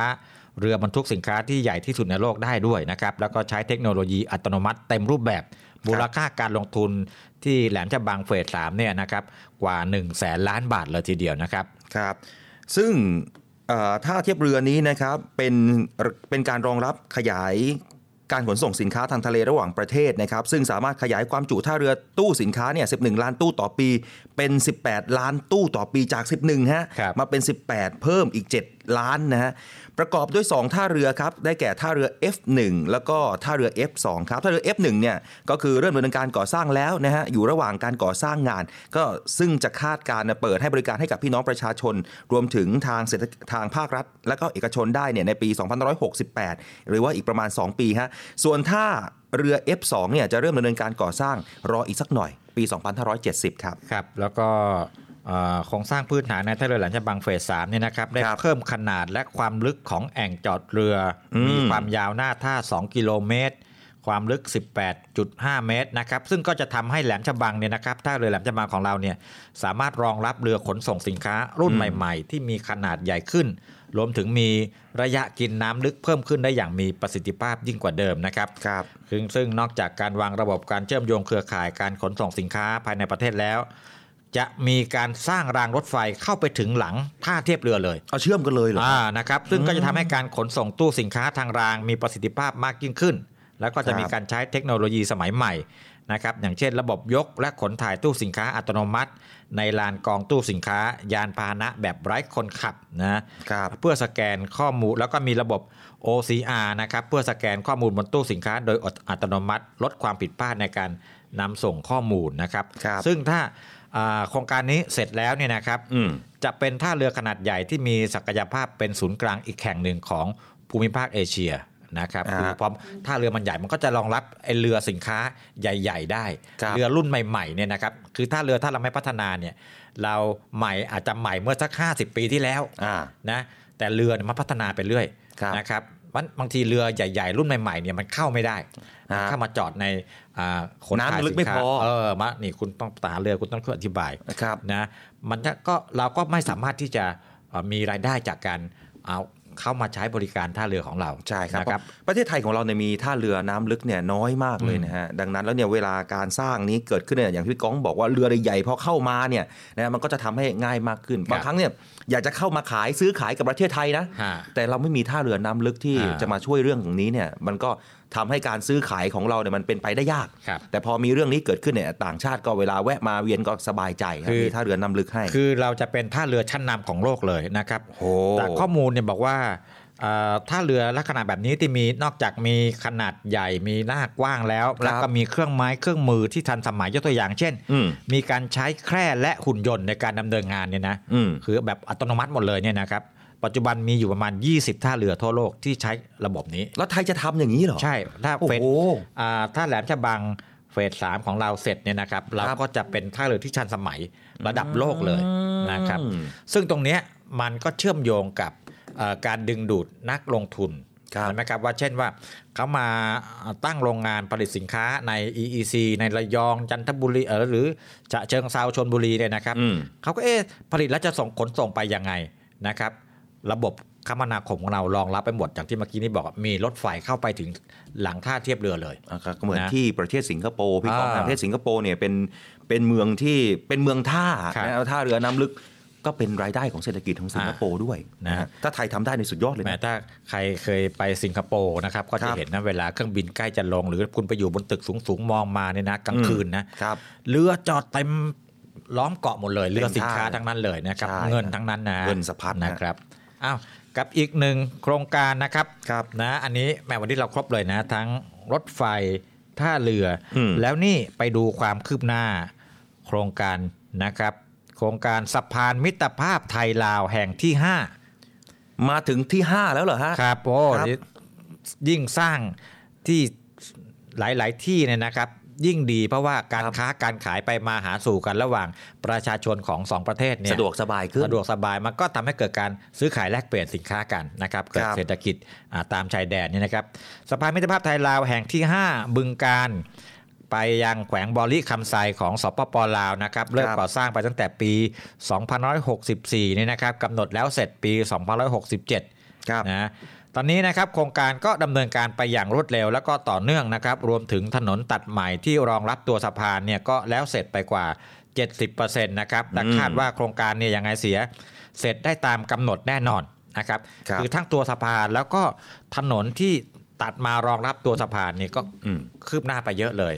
Speaker 3: เรือบรรทุกสินค้าที่ใหญ่ที่สุดในโลกได้ด้วยนะครับ แล้วก็ใช้เทคโนโลยีอัตโนมัติเต็มรูปแบบ มูลค่าการลงทุนที่แหลมฉบังเฟสสามเนี่ยนะครับกว่า1นึ่งแสนล้านบาทเลยทีเดียวนะครับ
Speaker 4: ครับ ซึ่งเอ่อท่าเทียบเรือนี้นะครับเป็นเป็นการรองรับขยายการขนส่งสินค้าทางทะเลระหว่างประเทศนะครับ ซึ่งสามารถขยายความจุท่าเรือตู้สินค้าเนี่ย11 ล้านตู้ต่อปี เป็น 18 ล้านตู้ต่อปีจาก 11ฮะมาเป็น 18 เพิ่มอีก 7 ล้านนะฮะประกอบด้วย 2 ท่าเรือครับได้แก่ท่าเรือ F1 แล้วก็ท่าเรือ F2 ครับท่าเรือ F1 เนี่ยก็คือเริ่มดำเนินการก่อสร้างแล้วนะฮะอยู่ระหว่างการก่อสร้างงาน ก็ซึ่งจะคาดการณ์เปิดให้บริการให้กับพี่น้องประชาชน รวมถึงทางเศรษฐทางภาครัฐ และก็เอกชนได้เนี่ยในปี 2568 หรือว่าอีกประมาณ 2 ปีฮะส่วนท่าเรือ F2 เนี่ยจะเริ่มดำเนินการก่อสร้างรออีกสักหน่อย ปี 2570 ครับ
Speaker 3: ครับ แล้วก็เอ่อโครงสร้างพื้นฐานในท่าเรือแหลมฉบังเฟสสามเนี่ยนะครับได้เพิ่มขนาดและความลึกของแอ่งจอดเรือ
Speaker 4: อืม
Speaker 3: มีความยาวหน้าท่า 2 กิโลเมตร ความลึก 18.5 เมตรนะครับซึ่งก็จะทำให้แหลมฉบังเนี่ยนะครับท่าเรือแหลมฉบังของเราเนี่ยสามารถรองรับเรือขนส่งสินค้ารุ่นใหม่ ๆ ที่มีขนาดใหญ่ขึ้น รวมถึงมีระยะกินน้ำลึกเพิ่มขึ้นได้อย่างมีประสิทธิภาพยิ่งกว่าเดิมนะครับ
Speaker 4: ครับ
Speaker 3: ซึ่งซึ่งนอกจากการวางระบบการเชื่อมโยงเครือข่ายการขนส่งสินค้าภายในประเทศแล้ว จะมีการสร้างรางรถไฟเข้าไปถึงหลังท่าเทียบเรือเลย
Speaker 4: เอาเชื่อมกันเลยเหรอ
Speaker 3: อ่านะครับซึ่งก็จะทำให้การขนส่งตู้สินค้าทางรางมีประสิทธิภาพมากยิ่งขึ้น แล้วก็จะมี
Speaker 4: ครับ
Speaker 3: การใช้เทคโนโลยีสมัยใหม่นะครับอย่างเช่นระบบยกและขนถ่ายตู้สินค้าอัตโนมัติ ในลานกองตู้สินค้า ยานพาหนะแบบไร้คนขับนะเพื่อสแกนข้อมูลแล้วก็มีระบบ OCR นะครับเพื่อสแกนข้อมูลบนตู้สินค้า โดยอัตโนมัติ ลดความผิดพลาดในการนำส่งข้อมูลนะครับ ซึ่งถ้าอ่าโครงการนี้เสร็จแล้วเนี่ยนะครับจะเป็นท่าเรือขนาดใหญ่ที่มีศักยภาพเป็นศูนย์กลางอีกแห่งหนึ่งของภูมิภาคเอเชียนะครับคือพอท่าเรือมันใหญ่มันก็จะรองรับไอ้เรือสินค้าใหญ่ ๆ ได้ เรือรุ่นใหม่ๆเนี่ยนะครับคือท่าเรือถ้าเราไม่พัฒนาเนี่ยเราใหม่อาจจะใหม่เมื่อสัก 50 ปีที่แล้วนะแต่เรือเนี่ยมันพัฒนาไปเรื่อยนะครับมันบางทีเรือใหญ่ ๆ รุ่นใหม่ๆเนี่ยมันเข้าไม่ได้มันเข้ามาจอดในอ่าขถ่าย
Speaker 4: น้ำลึกไม่
Speaker 3: สิค้า
Speaker 4: พอ
Speaker 3: เออ เออมานี่คุณต้องตาเรือคุณต้องช่วยอธิบายนะมันจะก็เราก็ไม่สามารถที่จะเอ่อมีรายได้จากการเอาเข้ามาใช้บริการท่าเรือของเราใช่ครับ
Speaker 4: ประเทศไทยของเราเนี่ยมีท่าเรือน้ำลึกเนี่ยน้อยมากเลยนะฮะดังนั้นแล้วเนี่ยเวลาการสร้างนี้เกิดขึ้นเนี่ยอย่างที่พี่ก้องบอกว่าเรือใหญ่ๆพอเข้ามาเนี่ยนะมันก็จะทำให้ง่ายมากขึ้นบางครั้งเนี่ยอยากจะเข้ามาขายซื้อขายกับประเทศไทยนะ แต่เราไม่มีท่าเรือน้ำลึกที่
Speaker 3: ฮะ
Speaker 4: จะมาช่วยเรื่องของนี้เนี่ยมันก็ทำให้การซื้อขายของเราเนี่ยมันเป็นไปได้ยาก แต่พอมีเรื่องนี้เกิดขึ้นเนี่ยต่างชาติก็เวลาแวะมาเวียนก็สบายใจครับ
Speaker 3: คือ
Speaker 4: มีท่าเรือน้ำลึกให้
Speaker 3: คือเราจะเป็นท่าเรือชั้นนำของโลกเลยนะครับจากข้อมูลเนี่ยบอกว่าเอ่อท่าเรือลักษณะแบบนี้ที่มีนอกจากมีขนาดใหญ่มีหน้ากว้างแล้ว แล้วก็มีเครื่องไม้เครื่องมือที่ทันสมัยยกตัวอย่างเช่น มีการใช้แคร่และหุ่นยนต์ในการดำเนินงานเนี่ยนะคือแบบอัตโนมัติหมดเลยเนี่ยนะครับ ปัจจุบันมีอยู่ประมาณ 20 ท่าเรือทั่วโลกที่ใช้ระบบนี้
Speaker 4: แล้วไทยจะทำอย่างนี้เหรอ
Speaker 3: ใช่ ถ้าเฟสอ่าถ้าแหลมฉบังเฟสสามของเราเสร็จเนี่ยนะครับ เราก็จะเป็นท่าเรือที่ชันสมัยระดับโลกเลยนะครับ ซึ่งตรงเนี้ยมันก็เชื่อมโยงกับเอ่อการดึงดูดนักลงทุนใช่ไหมครับว่าเช่นว่าเขามาตั้งโรงงานผลิตสินค้าใน EEC ในระยองจันทบุรีเออหรือฉะเชิงเซาชนบุรีเนี่ยนะครับเขาก็เอ๊ะผลิตแล้วจะส่งขนส่งไปยังไงนะครับ ระบบคมนาคมของเรารองรับไปหมดอย่างที่เมื่อกี้นี้บอกว่ามีรถไฟเข้าไปถึงหลังท่าเทียบเรือเลย
Speaker 4: ก็เหมือนที่ประเทศสิงคโปร์พี่ของ
Speaker 3: อ่า
Speaker 4: ประเทศสิงคโปร์เนี่ยเป็นเป็นเมืองที่เป็นเมืองท่า
Speaker 3: ครับ
Speaker 4: นะท่าเรือน้ำลึกก็เป็นรายได้ของเศรษฐกิจของสิงคโปร์ด้วยนะฮะถ้าไทยทำได้ในสุดยอดเลย
Speaker 3: แม้
Speaker 4: นะ
Speaker 3: ถ้าใครเคยไปสิงคโปร์นะครับก็
Speaker 4: ค
Speaker 3: จะ
Speaker 4: รับ
Speaker 3: เห็นนะเวลาเครื่องบินใกล้จะลง หรือคุณไปอยู่บนตึกสูงสูงๆมองมาเนี่ยนะกลาง
Speaker 4: อืม
Speaker 3: คืนนะเรือจอดเต็มล้อมเกาะหมดเลยเรือสินค้า
Speaker 4: เต็มท่า
Speaker 3: ทั้งนั้นเลยนะครับ
Speaker 4: ใช่
Speaker 3: เงินทั้งนั้นนะ
Speaker 4: เงินสะพัดนะ
Speaker 3: นะครับอ้าวกับอีกหนึ่งโครงการนะครับนะอันนี้แหม้วันนี้เราครบเลยนะ ทั้งรถไฟท่าเรืออแล้วนี่ไปดูความคืบหน้า โครงการนะครับ โครงการสะพานมิตรภาพไทยลาวแห่งที่ 5
Speaker 4: มาถึงที่ 5 แล้วเหรอฮะ
Speaker 3: ครับโอ้
Speaker 4: ครับ
Speaker 3: ยิ่งสร้างที่หลาย ๆ ที่เนี่ยนะครับ ยิ่งดีเพราะว่าการค้าการขายไปมาหาสู่กันระหว่างประชาชนของสองประเทศเนี่ย
Speaker 4: สะดวกสบายขึ้น
Speaker 3: สะดวกสบายมันก็ทำให้เกิดการซื้อขายแลกเปลี่ยนสินค้ากันนะครับเกิดเศรษฐกิจอ่าตามชายแดนเนี่ยนะครับสะพานมิตรภาพไทยลาวแห่งที่ 5 บึงการ ไปยังแขวงบอริคำไซของสปปลาวนะครับเริ่มก่อสร้างไปตั้งแต่ปี2564นี่นะครับกำหนดแล้วเสร็จปี2567
Speaker 4: ครับ
Speaker 3: นะตอนนี้นะครับโครงการก็ดำเนินการไปอย่างรวดเร็ว แล้วก็ต่อเนื่องนะครับรวมถึงถนนตัดใหม่ที่รองรับตัวสะพานเนี่ยก็แล้วเสร็จไปกว่า 70%นะครับแต่คาดว่าโครงการเนี่ยยังไงเสีย เสร็จได้ตามกำหนดแน่นอนนะครับคือทั้งตัวสะพานแล้วก็ถนนที่ตัดมารองรับตัวสะพานนี่ก็คืบหน้าไปเยอะเลย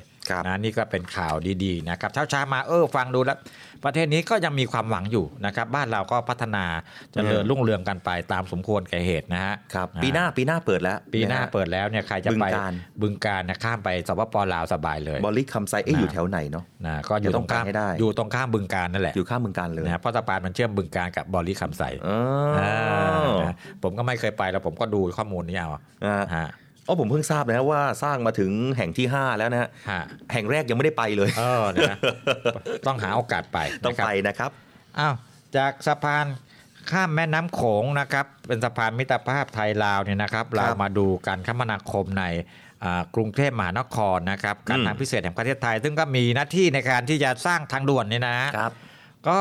Speaker 3: นะนี่ก็เป็นข่าวดีๆนะครับเช้าช้าๆมาเออฟังดูแล้ว ประเทศนี้ก็ยังมีความหวังอยู่นะครับ บ้านเราก็พัฒนาเจริญรุ่งเรืองกันไปตามสมควรแก่เหตุนะฮะ
Speaker 4: ครับปีหน้าปีหน้าเปิดแล้ว
Speaker 3: ปีหน้า
Speaker 4: นะฮะ
Speaker 3: เปิดแล้วเนี่ยใครจะไป
Speaker 4: บึงกาฬ
Speaker 3: บึงการนะข้ามไปสปปลาวสบายเลย
Speaker 4: บอลลิคำไซเอ๊ะ
Speaker 3: ะ
Speaker 4: อยู่แถวไหนเนาะ
Speaker 3: นะก็อยู่ตรงข้าม
Speaker 4: เดี๋ยวต้องการให้ได้
Speaker 3: อยู่ตรงข้ามบึงการนั่นแหละ
Speaker 4: อยู่ข้ามบึงการเลย
Speaker 3: นะเพราะสะพานมันเชื่อมบึงการกับบอริคำใส
Speaker 4: ออ่
Speaker 3: าผมก็ไม่เคยไปแล้วผมก็ดูข้อมูลนี้เอาฮะ
Speaker 4: อ๋อผมเพิ่งทราบนะว่าสร้างมาถึงแห่งที่ 5 แล้วนะฮะแห่งแรกยังไม่ได้ไปเลย
Speaker 3: เออนะ ต้องหาโอกาสไป
Speaker 4: ต้องไปนะครับ
Speaker 3: อ้าวจากสะพานข้ามแม่น้ำโขงนะครับ เป็นสะพานมิตรภาพไทยลาวเนี่ยนะครับ เรามาดูการคมนาคมในอ่ากรุงเทพมหานครนะครับการทางพิเศษแห่งประเทศไทย ซึ่งก็มีหน้าที่ในการที่จะสร้างทางด่วนเนี่ยนะฮะ ก็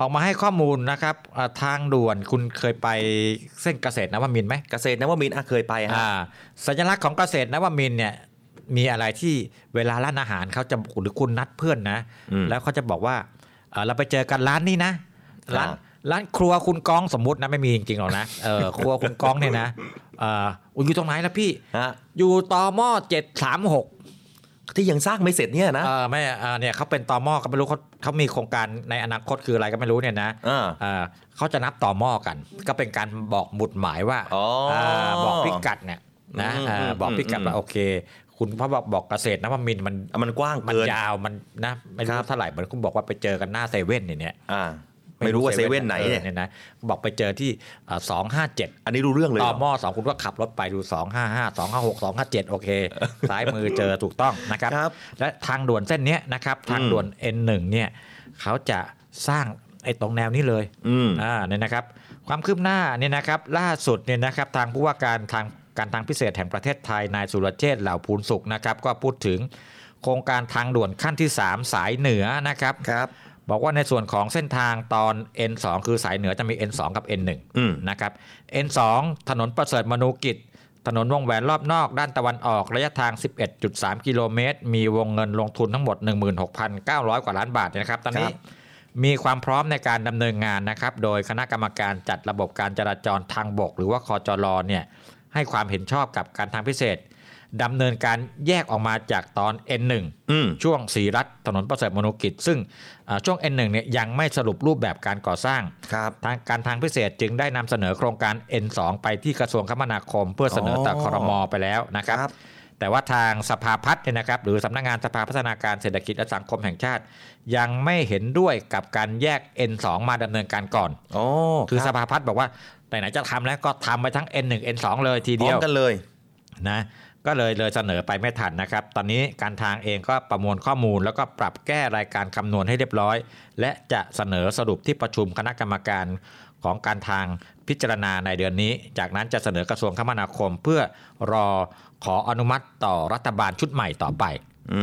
Speaker 3: ออกมาให้ข้อมูลนะครับอ่าทางด่วนคุณเคยไปเส้นเกษตรนวมินทร์ไหม
Speaker 4: เกษตรนวมินอ่ะเคยไป
Speaker 3: ฮะสัญลักษณ์ของเกษตรนวมินทร์เนี่ยมีอะไรที่เวลาร้านอาหารเขาจะหรือคุณนัดเพื่อนนะ แล้วเขาจะบอกว่าเอ่อเราไปเจอกันร้านนี้นะร้านร้านครัวคุณก้องสมมตินะไม่มีจริงๆหรอกนะเออครัวคุณก้องเนี่ยนะเอออยู่ตรงไหนล่ะพี่ อยู่ตอมอเจ็ดสามหก
Speaker 4: ที่ยังสร้างไม่เสร็จเนี่ยนะ
Speaker 3: เออไม่เออเนี่ยเขาเป็นต่อหม้อก็ไม่รู้เขาเขามีโครงการในอนาคตคืออะไรก็ไม่รู้เนี่ยนะเออเขาจะนับต่อหม้อกัน ก็เป็นการบอกหมุดหมายว่าาบอกพิกัดเนี่ยนะ
Speaker 4: อืม
Speaker 3: เออ
Speaker 4: อืม
Speaker 3: บอกพิกัด
Speaker 4: อืม
Speaker 3: ว่าโอเค คุณพ่อบอกบอกเกษตรนะว่ามินมัน
Speaker 4: มันกว้าง
Speaker 3: มัน
Speaker 4: เกิน
Speaker 3: ยาวมันนะไม่รู้เท่าไหร่เหมือนคุณบอกว่าไปเจอกันหน้าเซเว่นเนี่ยเนี่ย
Speaker 4: ไม่รู้ว่าเซเว่นไหนเนี่ย
Speaker 3: ออเนี่ยนะบอกไปเจอที่สองห้าเจ็ด
Speaker 4: อันนี้รู้เรื่องเลยเหร
Speaker 3: ต่
Speaker 4: อ
Speaker 3: อหม้อสองคุณก็ขับรถไปดูสองห้าห้าสองห้าหกสองห้าเจ็ดโอเค ซ้ายมือเจอถูกต้องนะครับ และทางด่วนเส้นเนี้ยนะครับทางด่วน N1 เนี่ยเขาจะสร้างไอ้ตรงแนวนี้เลยอ่าเนี่ยนะครับ ความคืบหน้าเนี่ยนะครับล่าสุดเนี่ยนะครับทางผู้ว่าการทางการทางพิเศษแห่งประเทศไทยนายสุรเชษฐ์เหล่าภูนสุขนะครับก็พูดถึงโครงการทางด่วนขั้นที่ 3 สายเหนือนะครับ
Speaker 4: ครับ
Speaker 3: บอกว่าในส่วนของเส้นทางตอน N2 คือสายเหนือจะมี N2 กับ N1 นะครับ N2 ถนนประเสริฐมนูกิจ ถนนวงแหวนรอบนอกด้านตะวันออกระยะทาง 11.3 กิโลเมตร มีวงเงินลงทุนทั้งหมด 16,900 กว่าล้านบาทเนี่ยนะครับ ตอนนี้มีความพร้อมในการดำเนินงานนะครับ โดยคณะกรรมการจัดระบบการจราจรทางบก หรือว่าคอจรเนี่ยให้ความเห็นชอบกับการทางพิเศษดำเนินการแยกออกมาจากตอน N1 ช่วงสีรัฐถนนประเสริฐมนุกิจ ซึ่งเอ่อช่วง N1 เนี่ยยังไม่สรุปรูปแบบการก่อสร้างทางการทางพิเศษจึงได้นำเสนอโครงการ N2 ไปที่กระทรวงคมนาคม เพื่อเสนอต่อ
Speaker 4: อ๋อ
Speaker 3: ครม มไปแล้วนะครับ แต่ว่าทางสภาพัฒน์เนี่ยนะครับ หรือสำนักงานสภาพัฒนาการเศรษฐกิจและสังคมแห่งชาติ ยังไม่เห็นด้วยกับการแยก N2 มาดำเนินการก่อน
Speaker 4: อ
Speaker 3: คือสภาพัฒน์บอกว่าไหนๆจะทำแล้วก็ทำไปทั้ง N1 N2 เลยทีเดีย
Speaker 4: พ
Speaker 3: ว
Speaker 4: ร้อมกันเลย
Speaker 3: นะก็เลยเลยเสนอไปไม่ทันนะครับ ตอนนี้การทางเองก็ประมวลข้อมูล แล้วก็ปรับแก้รายการคำนวณให้เรียบร้อย และจะเสนอสรุปที่ประชุมคณะกรรมการ ของการทางพิจารณาในเดือนนี้ จากนั้นจะเสนอกระทรวงคมนาคมเพื่อรอขออนุมัติต่อรัฐบาลชุดใหม่ต่อไป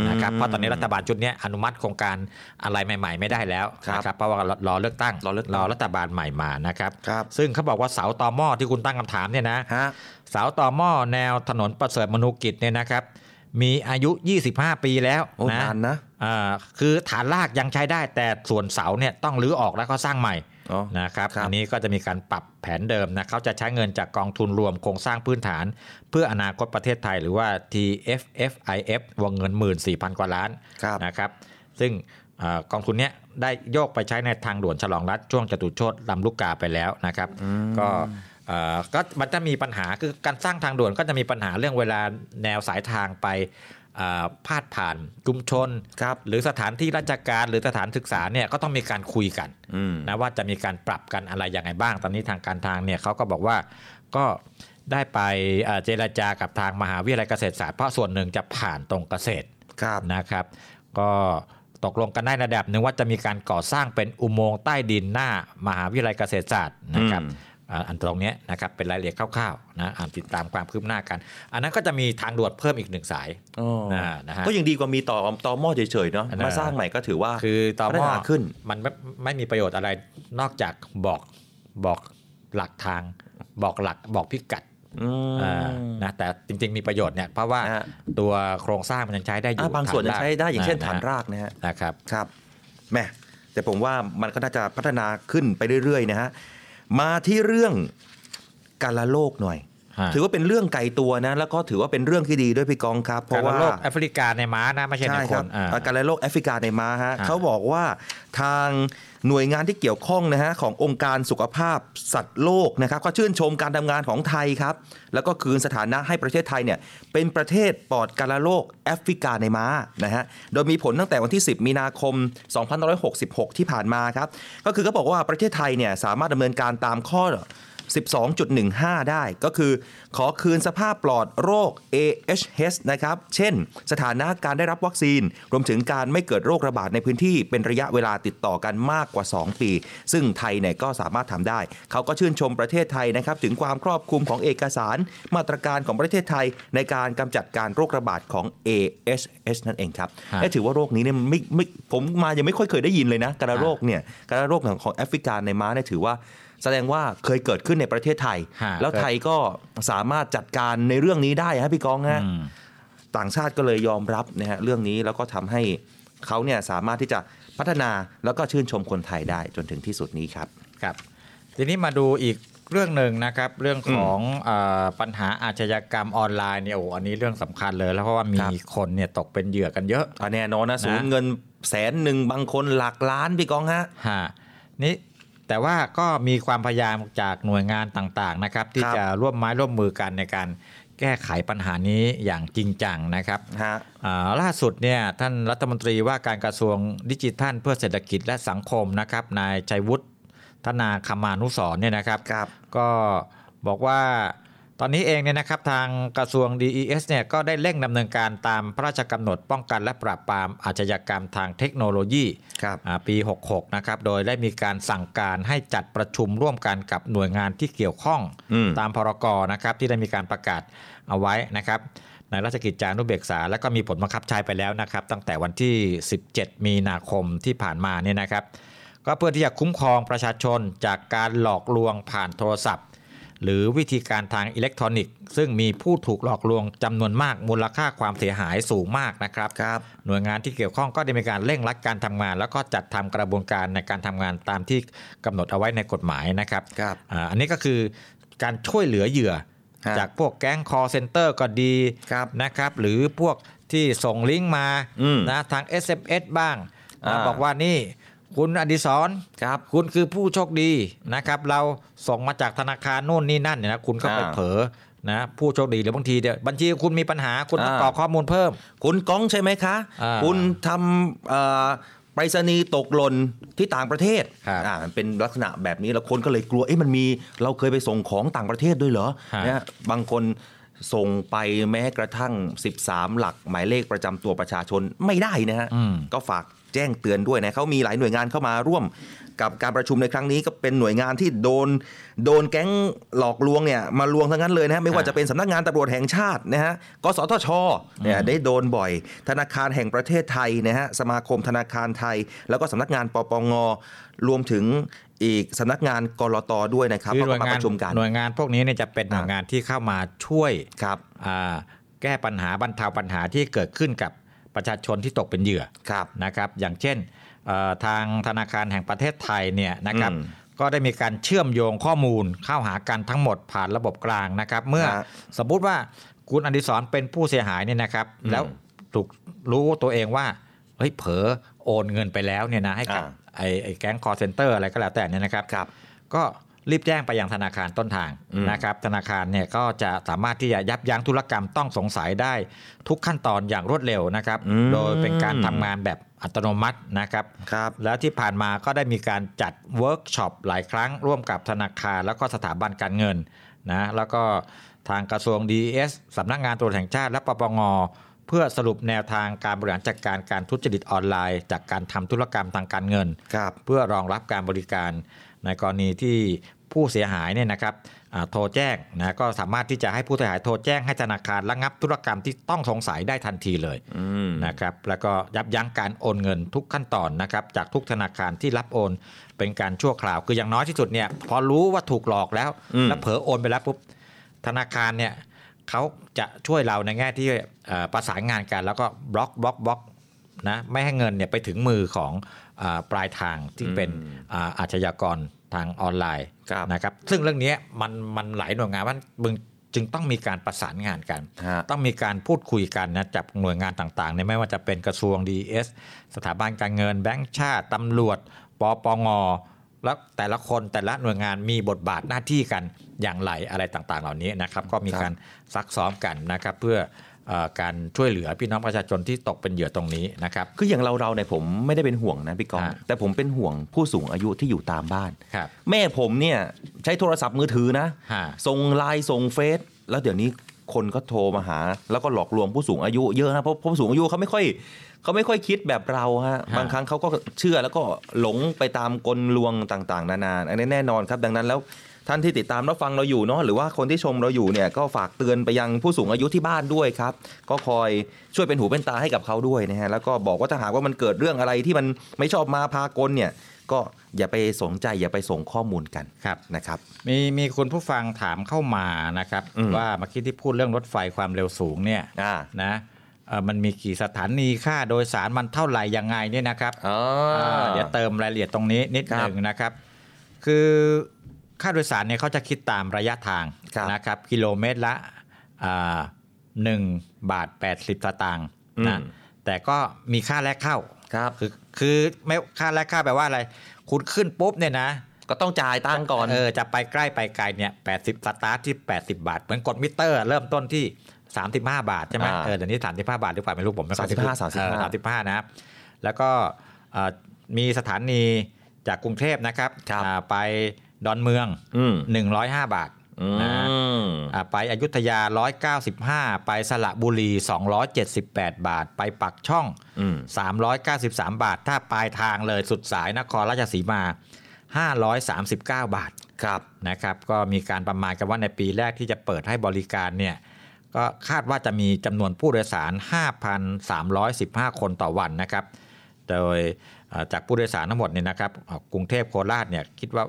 Speaker 3: นะครับ เพราะตอนนี้รัฐบาลชุดเนี้ยอนุมัติโครงการอะไรใหม่ ๆ ไม่ได้แล้วนะครับ เพราะว่ารอรอเลือกตั้งรอรัฐบาลใหม่มานะครับ ซึ่งเขาบอกว่าเสาตอหม้อที่คุณตั้งคำถามเนี่ยนะเสาตอหม้อแนวถนนประเสริฐมนุกิจเนี่ยนะครับ มีอายุ 25 ปีแล้วนะนานนะคือฐานรากยังใช้ได้แต่ส่วนเสาเนี่ยต้องรื้อออกแล้วก็สร้างใหม่นะครับ อันนี้ก็จะมีการปรับแผนเดิมนะเขาจะใช้เงินจากกองทุนรวมโครงสร้างพื้นฐาน เพื่ออนาคตประเทศไทยหรือว่า TFFIF วงเงิน 14,000 กว่าล้านนะครับ ซึ่งเออกองทุนเนี้ยได้โยกไปใช้ในทางด่วนฉลองรัฐช่วงจตุโชตลำลูกกาไปแล้วนะครับ ก็เอ่อก็มันจะมีปัญหาคือการสร้างทางด่วนก็จะมีปัญหาเรื่องเวลาแนวสายทางไปเอ่อพาดผ่านชุมชน หรือสถานที่ราชการหรือสถานศึกษาเนี่ยก็ต้องมีการคุยกันนะว่าจะมีการปรับกันอะไรยังไงบ้าง ตอนนี้ทางการทางเนี่ยเขาก็บอกว่าก็ได้ไปเอ่อเจรจากับทางมหาวิทยาลัยเกษตรศาสตร์เพราะส่วนหนึ่งจะผ่านตรงเกษตรนะครับ ก็ตกลงกันได้ในระดับหนึ่งว่าจะมีการก่อสร้างเป็นอุโมงค์ใต้ดินหน้ามหาวิทยาลัยเกษตรศาสตร์นะครับ อ่าอันตรงเนี้ยนะครับเป็นรายละเอียดคร่าวๆนะอ่านติดตามความคืบหน้ากัน อันนั้นก็จะมีทางด่วนเพิ่มอีกหนึ่งสายนะนะฮะ
Speaker 4: ก็ยังดีกว่ามีต่อต่อหม้อเฉยๆเนาะ
Speaker 3: อันนั้น
Speaker 4: มาสร้างใหม่ก็ถือว่า
Speaker 3: คือต่อห
Speaker 4: พัฒ
Speaker 3: ม้อ
Speaker 4: นาขึ้น
Speaker 3: มันไม่ไม่มีประโยชน์อะไรนอกจากบอกบอกหลักทาง บอกหลักบอกพิกัด
Speaker 4: ม
Speaker 3: อ่านะแต่จริงๆมีประโยชน์เนี่ยเพราะว่าตัวโครงสร้างมันยังใช้ได้อยู่
Speaker 4: อ่ะบางส่วนยัง
Speaker 3: ฐรก
Speaker 4: ใช้ได้อย่างเช่น
Speaker 3: อ่
Speaker 4: ฐานรากนะฮะ
Speaker 3: นะครับ
Speaker 4: ครับแหม่แต่ผมว่ามันก็น่าจะพัฒนาขึ้นไปเรื่อยๆนะฮะมาที่เรื่องกาลโลกหน่อย
Speaker 3: ฮะ
Speaker 4: ถือว่าเป็นเรื่องไกลตัวนะ แล้วก็ถือว่าเป็นเรื่องที่ดีด้วยพี่กองครับ เพราะว่า
Speaker 3: กโลกแอฟริกาในม้านะไม่ใช่ใน
Speaker 4: ค
Speaker 3: ค
Speaker 4: รั
Speaker 3: นอ่า
Speaker 4: อาการโรคแอฟริกาในม้าฮะ
Speaker 3: อ่า
Speaker 4: เขาบอกว่าทางหน่วยงานที่เกี่ยวข้องนะฮะขององค์การสุขภาพสัตว์โลกนะครับก็ชื่นชมการทำงานของไทยครับ แล้วก็คืนสถานะให้ประเทศไทยเนี่ยเป็นประเทศปลอดการโรคแอฟริกาในม้านะฮะโดยมีผลตั้งแต่วันที่ 10 มีนาคม 2566 ที่ผ่านมาครับ ก็คือเขาบอกว่าประเทศไทยเนี่ยสามารถดำเนินการตามข้อ 12.15 ได้ก็คือขอคืนสภาพปลอดโรค AHS นะครับ เช่น สถานะการได้รับวัคซีน รวมถึงการไม่เกิดโรคระบาดในพื้นที่เป็นระยะเวลาติดต่อกันมากกว่า 2 ปี ซึ่งไทยเนี่ยก็สามารถทำได้ เขาก็ชื่นชมประเทศไทยนะครับ ถึงความครอบคลุมของเอกสาร มาตรการของประเทศไทยในการกำจัดการโรคระบาดของ AHS นั่นเองครับ
Speaker 3: ฮะ
Speaker 4: และถือว่าโรคนี้เนี่ยไม่ไม่ผมมายังไม่ค่อยเคยได้ยินเลยนะการะโรคเนี่ยการะโรคของของแอฟริกาในม้าเนี่ยถือว่า แสดงว่าเคยเกิดขึ้นในประเทศไทย
Speaker 3: ฮะ
Speaker 4: แล้วไทยก็สามารถจัดการในเรื่องนี้ได้ฮะพี่กองฮะต่างชาติก็เลยยอมรับนะฮะเรื่องนี้แล้วก็ทำให้เขาเนี่ยสามารถที่จะพัฒนาแล้วก็ชื่นชมคนไทยได้จนถึงที่สุดนี้ครับ
Speaker 3: ครับ ทีนี้มาดูอีกเรื่องหนึ่งนะครับ เรื่องของเออปัญหาอาชญากรรมออนไลน์เนี่ยโอ้โหอันนี้เรื่องสำคัญเลย แล้วเพราะว่ามีคนเนี่ยตกเป็นเหยื่อกันเยอะ
Speaker 4: แน่นอนนะสูญเงินแสนหนึ่งบางคนหลักล้านพี่กองฮะ
Speaker 3: ฮะนี่แต่ว่าก็มีความพยายามจากหน่วยงานต่างๆนะครับ ที่จะร่วมไม้ร่วมมือกันในการแก้ไขปัญหานี้อย่างจริงจังนะครับอ่าล่าสุดเนี่ยท่านรัฐมนตรีว่าการกระทรวงดิจิทัล เพื่อเศรษฐกิจและสังคมนะครับนายชัยวุฒิ ธนาคมานุสรณ์เนี่ยนะครับ ก็บอกว่าตอนนี้เองเนี่ยนะครับทางกระทรวง DES เนี่ยก็ได้เร่งดำเนินการตามพระราชกำหนดป้องกันและปราบปรามอาชญากรรมทางเทคโนโลยีอ่าปี 66 นะครับ โดยได้มีการสั่งการให้จัดประชุมร่วมกันกับหน่วยงานที่เกี่ยวข้อง
Speaker 4: อืม
Speaker 3: ตามพรกนะครับที่ได้มีการประกาศเอาไว้นะครับ ในราชกิจจานุเบกษา และก็มีผลบังคับใช้ไปแล้วนะครับ ตั้งแต่วันที่ 17 มีนาคมที่ผ่านมาเนี่ยนะครับ ก็เพื่อที่จะคุ้มครองประชาชนจากการหลอกลวงผ่านโทรศัพท์ หรือวิธีการทางอิเล็กทรอนิกส์ ซึ่งมีผู้ถูกหลอกลวงจำนวนมากมูลค่าความเสียหายสูงมากนะครับ หน่วยงานที่เกี่ยวข้องก็ได้มีการเร่งรัดการทำงาน แล้วก็จัดทำกระบวนการในการทำงานตามที่กำหนดเอาไว้ในกฎหมายนะครับอ่าอันนี้ก็คือการช่วยเหลือเหยื่อ จากพวกแก๊งคอเซ็นเตอร์ก็ดีนะครับ หรือพวกที่ส่งลิงก์มานะทาง SMS บ้างนะ
Speaker 4: อ่า
Speaker 3: บอกว่านี่ คุณอดิศร
Speaker 4: ครับ
Speaker 3: คุณคือผู้โชคดีนะครับ เราส่งมาจากธนาคารโน่นนี่นั่นเนี่ยนะคุณก็ไป
Speaker 4: อ่า
Speaker 3: เผลอนะผู้โชคดีหรือบางทีเดี๋ยวบัญชีคุณมีปัญหาคุณต้องกรอกข้อมูลเพิ่ม
Speaker 4: คุณก้องใช่ไหมคะ
Speaker 3: อ่า
Speaker 4: คุณทำเอ่อไปรษณีย์ตกหล่นที่ต่างประเทศอ่ามันเป็นลักษณะแบบนี้แล้วคนก็เลยกลัวเอ๊ะมันมีเราเคยไปส่งของต่างประเทศด้วยเหรอ
Speaker 3: ฮะ
Speaker 4: นะฮะบางคนส่งไปแม้กระทั่ง 13 หลักหมายเลขประจำตัวประชาชนไม่ได้นะฮะ ก็ฝากแจ้งเตือนด้วยนะเขามีหลายหน่วยงานเข้ามาร่วมกับการประชุมในครั้งนี้ก็เป็นหน่วยงานที่โดนโดนแก๊งหลอกลวงเนี่ยมาลวงทั้งนั้นเลยนะฮะไม่ว่าจะเป็นสำนักงานตำรวจแห่งชาตินะฮะกสทชเนี่ยได้โดนบ่อย ธนาคารแห่งประเทศไทยนะฮะสมาคมธนาคารไทย แล้วก็สำนักงานปปงรวมถึงอีกสำนักงานกรตด้วยนะครับ
Speaker 3: คือห
Speaker 4: ก็
Speaker 3: น่ว
Speaker 4: มาง
Speaker 3: ยา
Speaker 4: ป
Speaker 3: น
Speaker 4: ระชุมกัน
Speaker 3: หน่วยงานพวกนี้เนี่ยจะเป็นหน่วยงานที่เข้ามาช่วย
Speaker 4: ครับ
Speaker 3: แก้ปัญหาบรรเทาปัญหาที่เกิดขึ้นกับประชาชนที่ตกเป็นเหยื่อนะครับ อย่างเช่นเอ่อทางธนาคารแห่งประเทศไทยเนี่ยนะครับก็ได้มีการเชื่อมโยงข้อมูลเข้าหากันทั้งหมดผ่านระบบกลางนะครับ เมื่อสมมุติว่าคุณอดิศรเป็นผู้เสียหายเนี่ยนะครับ แล้วถูกรู้ตัวเองว่าเฮ้ยเผลอโอนเงินไปแล้วเนี่ยนะให้กับ ไอ้ไอ้แก๊งคอเซ็นเตอร์อะไรก็แล้วแต่เนี่ยนะครับ ก็รีบแจ้งไปยังธนาคารต้นทาง
Speaker 4: อืม
Speaker 3: นะครับ ธนาคารเนี่ยก็จะสามารถที่จะยับยั้งธุรกรรมต้องสงสัยได้ทุกขั้นตอนอย่างรวดเร็วนะครับ โดยเป็นการทำงานแบบอัตโนมัตินะครับ แล้วที่ผ่านมาก็ได้มีการจัดเวิร์กช็อปหลายครั้ง ร่วมกับธนาคารแล้วก็สถาบันการเงินนะแล้วก็ทางกระทรวง DES สำนักงานตำรวจแห่งชาติและปปง เพื่อสรุปแนวทางการบริหารจัดการการทุจริตออนไลน์ จากการทำธุรกรรมทางการเงิน
Speaker 4: ครับ
Speaker 3: เพื่อรองรับการบริการในกรณีที่ ผู้เสียหายเนี่ยนะครับอ่าโทรแจ้งนะก็สามารถที่จะให้ผู้เสียหายโทรแจ้งให้ธนาคารระงับธุรกรรมที่ต้องสงสัยได้ทันทีเลยนะครับแล้วก็ยับยั้งการโอนเงินทุกขั้นตอนนะครับจากทุกธนาคารที่รับโอนเป็นการชั่วคราว คืออย่างน้อยที่สุดเนี่ยพอรู้ว่าถูกหลอกแล้ว แล้วเผลอโอนไปแล้วปุ๊บธนาคารเนี่ยเขาจะช่วยเราในแง่ที่เอ่อประสานงานกันแล้วก็บล็อกบล็อกบล็อก นะไม่ให้เงินเนี่ยไปถึงมือของอาปลายทางที่เป็นอาอาชญากรทางออนไลน์นะครับซึ่งเรื่องเนี้ยมันมันหลายหน่วยงานว่ามึงจึงต้องมีการประสานงานกัน ต้องมีการพูดคุยกันนะจากหน่วยงานต่างๆเนี่ยไม่ว่าจะเป็นกระทรวง DES สถาบันการเงินแบงก์ชาติตำรวจปปงแล้วแต่ละคนแต่ละหน่วยงานมีบทบาทหน้าที่กันอย่างไรอะไรต่างๆ เหล่านี้นะครับก็มีการซักซ้อมกันนะครับเพื่อเออการช่วยเหลือพี่น้องประชาชนที่ตกเป็นเหยื่อตรงนี้นะครับ
Speaker 4: คืออย่างเราเราเนี่ยผมไม่ได้เป็นห่วงนะพี่กองแต่ผมเป็นห่วงผู้สูงอายุที่อยู่ตามบ้าน
Speaker 3: ครับ
Speaker 4: แม่ผมเนี่ยใช้โทรศัพท์มือถือนะ ส่งไลน์ส่งเฟซแล้วเดี๋ยวนี้คนก็โทรมาหา แล้วก็หลอกลวงผู้สูงอายุเยอะนะเพราะเพราะผู้สูงอายุเขาไม่ค่อยเขาไม่ค่อยคิดแบบเราฮะบางครั้งเขาก็เชื่อแล้วก็หลงไปตามกลลวงต่างๆ นานาอันนี้แน่นอนครับ ดังนั้นแล้วท่านที่ติดตามรับฟังเราอยู่เนาะหรือว่าคนที่ชมเราอยู่เนี่ยก็ฝากเตือนไปยังผู้สูงอายุที่บ้านด้วยครับ ก็คอยช่วยเป็นหูเป็นตาให้กับเขาด้วยนะฮะแล้วก็บอกว่าถ้าหากว่ามันเกิดเรื่องอะไรที่มันไม่ชอบมาพากลเนี่ยก็อย่าไปสนใจอย่าไปส่งข้อมูลกันนะครับ
Speaker 3: มีมีคุณผู้ฟังถามเข้ามานะครับว่าเมื่อกี้ที่พูดเรื่องรถไฟความเร็วสูงเนี่ยนะเอ่อมันมีกี่สถานีค่าโดยสารมันเท่าไหร่ยังไงเนี่ยนะครับอ่าเดี๋ยวเติมรายละเอียดตรงนี้นิดหนึ่งนะครับ คือค่าโดยสารเนี่ยเขาจะคิดตามระยะทางนะครับ กิโลเมตรละอ่าหนึ่งบาท 80สตางค์นะ
Speaker 4: อืม
Speaker 3: แต่ก็มีค่าแรกเข้าคือคือไม่ค่าแรกเข้าแปลว่าอะไร คุณขึ้นปุ๊บเนี่ยนะ
Speaker 4: ก็ต้องจ่ายตังก่อน
Speaker 3: เออจะไปใกล้ไปไกลเนี่ย80 สตาร์ทที่ 80 บาท เหมือนกดมิเตอร์ เริ่มต้นที่ 35 บาทใช่ไหม
Speaker 4: อ่า
Speaker 3: เออเดี๋ยวนี้ 35 บาทหรือเปล่าไม่รู้ผมไม่ค่อยได้
Speaker 4: 35
Speaker 3: พูด
Speaker 4: สามสิบ
Speaker 3: เอ
Speaker 4: ห้า
Speaker 3: อ35นะครับแล้วก็เอ่อมีสถานีจากกรุงเทพนะครับอ่าไปดอนเมือง 105 บาทนะอ่าไปอยุธยา 195 ไปสระบุรี 278 บาท ไปปักช่อง 393 บาท ถ้าปลายทางเลยสุดสายนครราชสีมา 539 บาท
Speaker 4: ครับ
Speaker 3: นะครับ ก็มีการประมาณกันว่าในปีแรกที่จะเปิดให้บริการเนี่ย ก็คาดว่าจะมีจำนวนผู้โดยสาร 5,315 คนต่อวันนะครับ โดยเอ่อจากผู้โดยสารทั้งหมดเนี่ยนะครับเอ่อกรุงเทพโคราชเนี่ยคิดว่า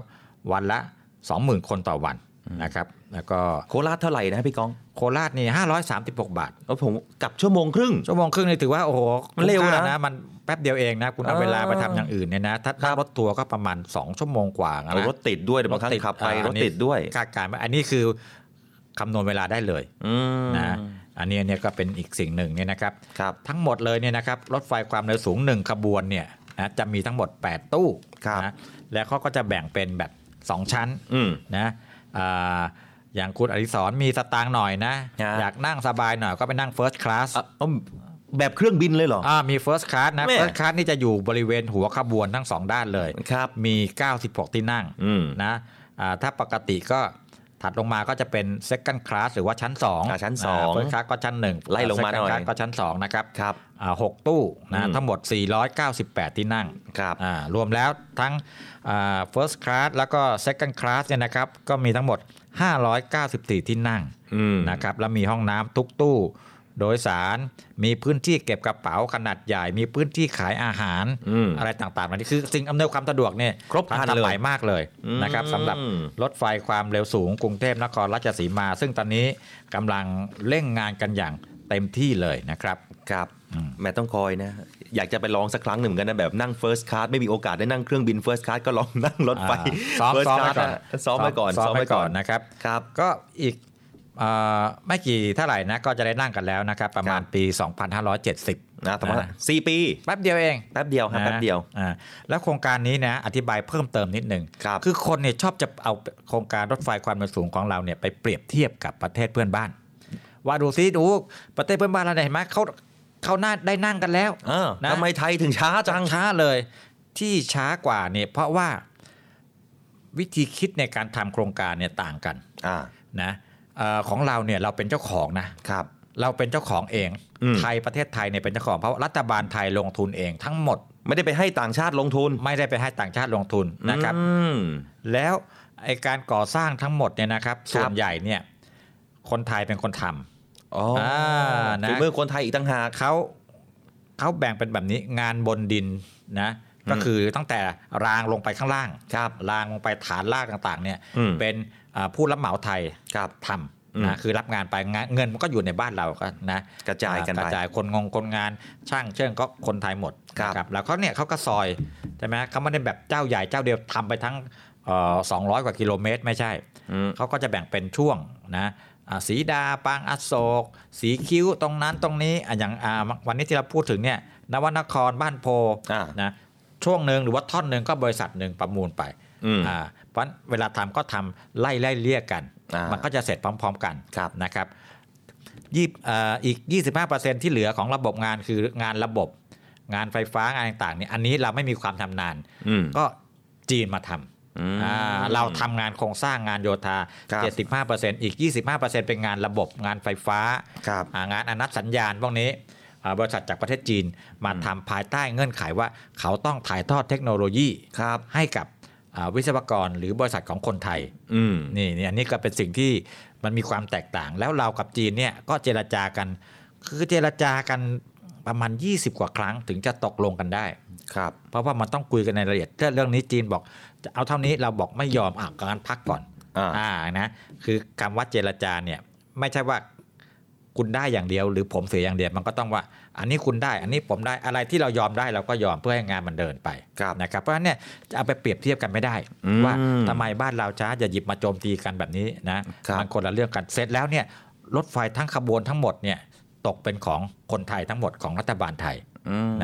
Speaker 3: วันละ 20,000 คนต่อวันนะครับ แล้วก็
Speaker 4: โคราชเท่าไหร่นะพี่กอง
Speaker 3: โคราชนี่536 บาท
Speaker 4: โอ้ผมกับชั่วโมงครึ่ง
Speaker 3: ชั่วโมงครึ่งนี่ถือว่าโอ้โห
Speaker 4: มันเร็วนะ
Speaker 3: คุ้ค่นะมันแป๊บเดียวเองนะคุณเอา
Speaker 4: เออ
Speaker 3: เวลาไปทำอย่างอื่นเนี่ยนะถ้าถ้ารถทัวร์ก็ประมาณ 2 ชั่วโมงกว่านะ
Speaker 4: รถติดด้วยเดี๋ยวบางครั้งขับไปรถติดด้วย
Speaker 3: คาดการณ์ว่าอันนี้คือคำนวณเวลาได้เลยนะอันนี้เนี่ยก็เป็นอีกสิ่งหนึ่งเนี่ยนะครับทั้งหมดเลยเนี่ยนะครับรถไฟความเร็วสูงหนึ่งขบวนเนี่ยนะจะมีทั้งหมด 8 ตู้นะแล้วเขาก็จะแบ่งเป็นแบบ 2 ชั้นนะอ่าอย่างคุณอริสรมีสตางค์หน่อยนะ อยากนั่งสบายหน่อยก็ไปนั่ง First Class
Speaker 4: แบบเครื่องบินเลยเหรอ
Speaker 3: อ่ามี First Class นะ
Speaker 4: แม่
Speaker 3: First Class นี่จะอยู่บริเวณหัวขบวนทั้งสองด้านเลยครับมี 96 ที่นั่งนะอ่าถ้าปกติก็ถัดลงมาก็จะเป็น Second Class หรือว่าชั้น2ชั้น
Speaker 4: 2
Speaker 3: First Class ก็ชั้น 1
Speaker 4: ไล่ลงมาหน่อย
Speaker 3: Second Class ก็ชั้น 2 นะครับครับหกตู้นะทั้งหมด 498 ที่นั่งครับอ่ารวมแล้วทั้งอ่า First Class แล้วก็ Second Class เนี่ยนะครับก็มีทั้งหมด 594 ที่นั่งนะครับแล้วมีห้องน้ำทุกตู้ โดยสารมีพื้นที่เก็บกระเป๋าขนาดใหญ่ มีพื้นที่ขายอาหารอะไรต่างๆเหล่านี้คือสิ่งอำนวยความสะดวกเนี่ยครบทันสมัยมากเลยนะครับ
Speaker 4: อืม
Speaker 3: สำหรับรถไฟความเร็วสูงกรุงเทพนครราชสีมา ซึ่งตอนนี้กำลังเร่งงานกันอย่างเต็มที่เลยนะครับ
Speaker 4: ครับแม่ต้องคอยนะ อยากจะไปลองสักครั้งหนึ่งเหมือนกันนะแบบนั่ง First Class ไม่มีโอกาสได้นั่งเครื่องบิน First Class ก็ลองนั่งรถไฟ
Speaker 3: อ่าซ้อม
Speaker 4: First
Speaker 3: ซ้อม
Speaker 4: Class
Speaker 3: ไว้ก่อน
Speaker 4: นะซ้อมไปก่อน
Speaker 3: ซ้อม
Speaker 4: ซ้อม
Speaker 3: ไป
Speaker 4: ไป
Speaker 3: ก่
Speaker 4: ก่
Speaker 3: อ
Speaker 4: อน น
Speaker 3: นะครับครับก็อีกเอ่อไม่กี่เท่าไหร่นะก็จะได้นั่งกันแล้วนะครับ ประมาณปี 2570
Speaker 4: นะประมาณ
Speaker 3: สี่ปีแป๊บเดียวเอง
Speaker 4: แป๊บเดียวครับ
Speaker 3: นะ
Speaker 4: แป๊บเดียว
Speaker 3: อ่าแล้วโครงการนี้นะอธิบายเพิ่มเติมนิดนึงครับคือคนเนี่ยชอบจะเอาโครงการรถไฟความเร็วสูงของเราเนี่ยไปเปรียบเทียบกับประเทศเพื่อนบ้าน ว่าดูซิดูประเทศเพื่อนบ้านเราเนี่ยเห็นไหมเขาเขาน่าได้นั่งกันแล้วนะทำไม
Speaker 4: ไทยถึงช้า
Speaker 3: จังช้าเลย ที่ช้ากว่าเนี่ยเพราะว่า วิธีคิดในการทำโครงการเนี่ยต่างกันะนะเอ่อของเราเนี่ยเราเป็นเจ้าของนะครับ เราเป็นเจ้าของเอง ไทยประเทศไทยเนี่ยเป็นเจ้าของเพราะรัฐบาลไทยลงทุนเองทั้งหมด
Speaker 4: ไม่ได้ไปให้ต่างชาติลงทุน
Speaker 3: ไม่ได้ไปให้ต่างชาติลงทุนนะครับ แล้ว ไอการก่อสร้างทั้งหมดเนี่ยนะครับ
Speaker 4: ครับ
Speaker 3: ส่วนใหญ่เนี่ย คนไทยเป็นคนทำ
Speaker 4: อ๋อ
Speaker 3: อ่านะ
Speaker 4: ฝีมือคนไทยอีกต่างหาก
Speaker 3: เขาเขาแบ่งเป็นแบบนี้งานบนดินนะ ก็คือตั้งแต่รางลงไปข้างล่างครับรางลงไปฐานลากต่างๆ เนี่ย
Speaker 4: อืม
Speaker 3: เป็นอ่าผู้รับเหมาไทยท
Speaker 4: อืม
Speaker 3: ำนะคือรับงานไปงานเงินมันก็อยู่ในบ้านเราก็นะ
Speaker 4: กระจายกันไป
Speaker 3: กระจายคนงงคนงานช่างเชื่องก็คนไทยหมด
Speaker 4: ครับ
Speaker 3: นะแล้วเขาเนี่ยเขาก็ซอยใช่ไหมเขาไม่ได้แบบเจ้าใหญ่เจ้าเดียวทำไปทั้งสองร้อยกว่ากิโลเมตรไม่ใช่ เขาก็จะแบ่งเป็นช่วงนะอ่าสีดาปางอโศก สีคิ้วตรงนั้นตรงนี้อ่ะอย่างอ่าวันนี้ที่เราพูดถึงเนี่ยนวนครบ้านโพนะช่วงหนึ่งหรือว่าท่อนหนึ่งก็บริษัทหนึ่งประมูลไป
Speaker 4: อืม
Speaker 3: อ่า เพราะฉะนั้นเวลาทำก็ทำไล่ไล่เรียกกัน มันก็จะเสร็จพร้อม ๆ กันนะครับยี่เอ่ออีก 25%ที่เหลือของระบบงานคืองานระบบ งานไฟฟ้างานต่างๆเนี่ยอันนี้เราไม่มีความทำนาน
Speaker 4: อืม
Speaker 3: ก็จีนมาทำอ่าเราทำงานโครงสร้างงานโยธา 75%อีก 25%เป็นงานระบบงานไฟฟ้าอ่างานอนัตสัญญาณพวกนี้อ่าบริษัทจากประเทศจีนมาทำภายใต้เงื่อนไขว่าเขาต้องถ่ายทอดเทคโนโลยีให้กับอ่าวิศวกรหรือบริษัทของคนไทย
Speaker 4: อืม
Speaker 3: นี่นี่อันนี้ก็เป็นสิ่งที่มันมีความแตกต่าง แล้วเรากับจีนเนี่ยก็เจรจากัน คือเจรจากันประมาณ 20 กว่าครั้งถึงจะตกลงกันได้
Speaker 4: ครับ
Speaker 3: เพราะว่ามันต้องคุยกันในรายละเอียดถ้าเรื่องนี้จีนบอกจะเอาเท่านี้เราบอกไม่ยอมอ่ะงั้นพักก่อนอ่านะคือคำว่าเจรจาเนี่ยไม่ใช่ว่าคุณได้อย่างเดียว หรือผมเสียอย่างเดียวมันก็ต้องว่า อันนี้คุณได้ อันนี้ผมได้อะไรที่เรายอมได้เราก็ยอมเพื่อให้งานมันเดินไปนะครับเพราะฉะนั้นเนี่ยจะเอาไปเปรียบเทียบกันไม่ได้
Speaker 4: อืม
Speaker 3: ว่าทำไม ไมบ้านเราช้าอย่าหยิบมาโจมตีกันแบบนี้นะมันคนละเรื่องกันเสร็จแล้วเนี่ยรถไฟทั้งขบวนทั้งหมดเนี่ยตกเป็นของคนไทยทั้งหมดของรัฐบาลไทย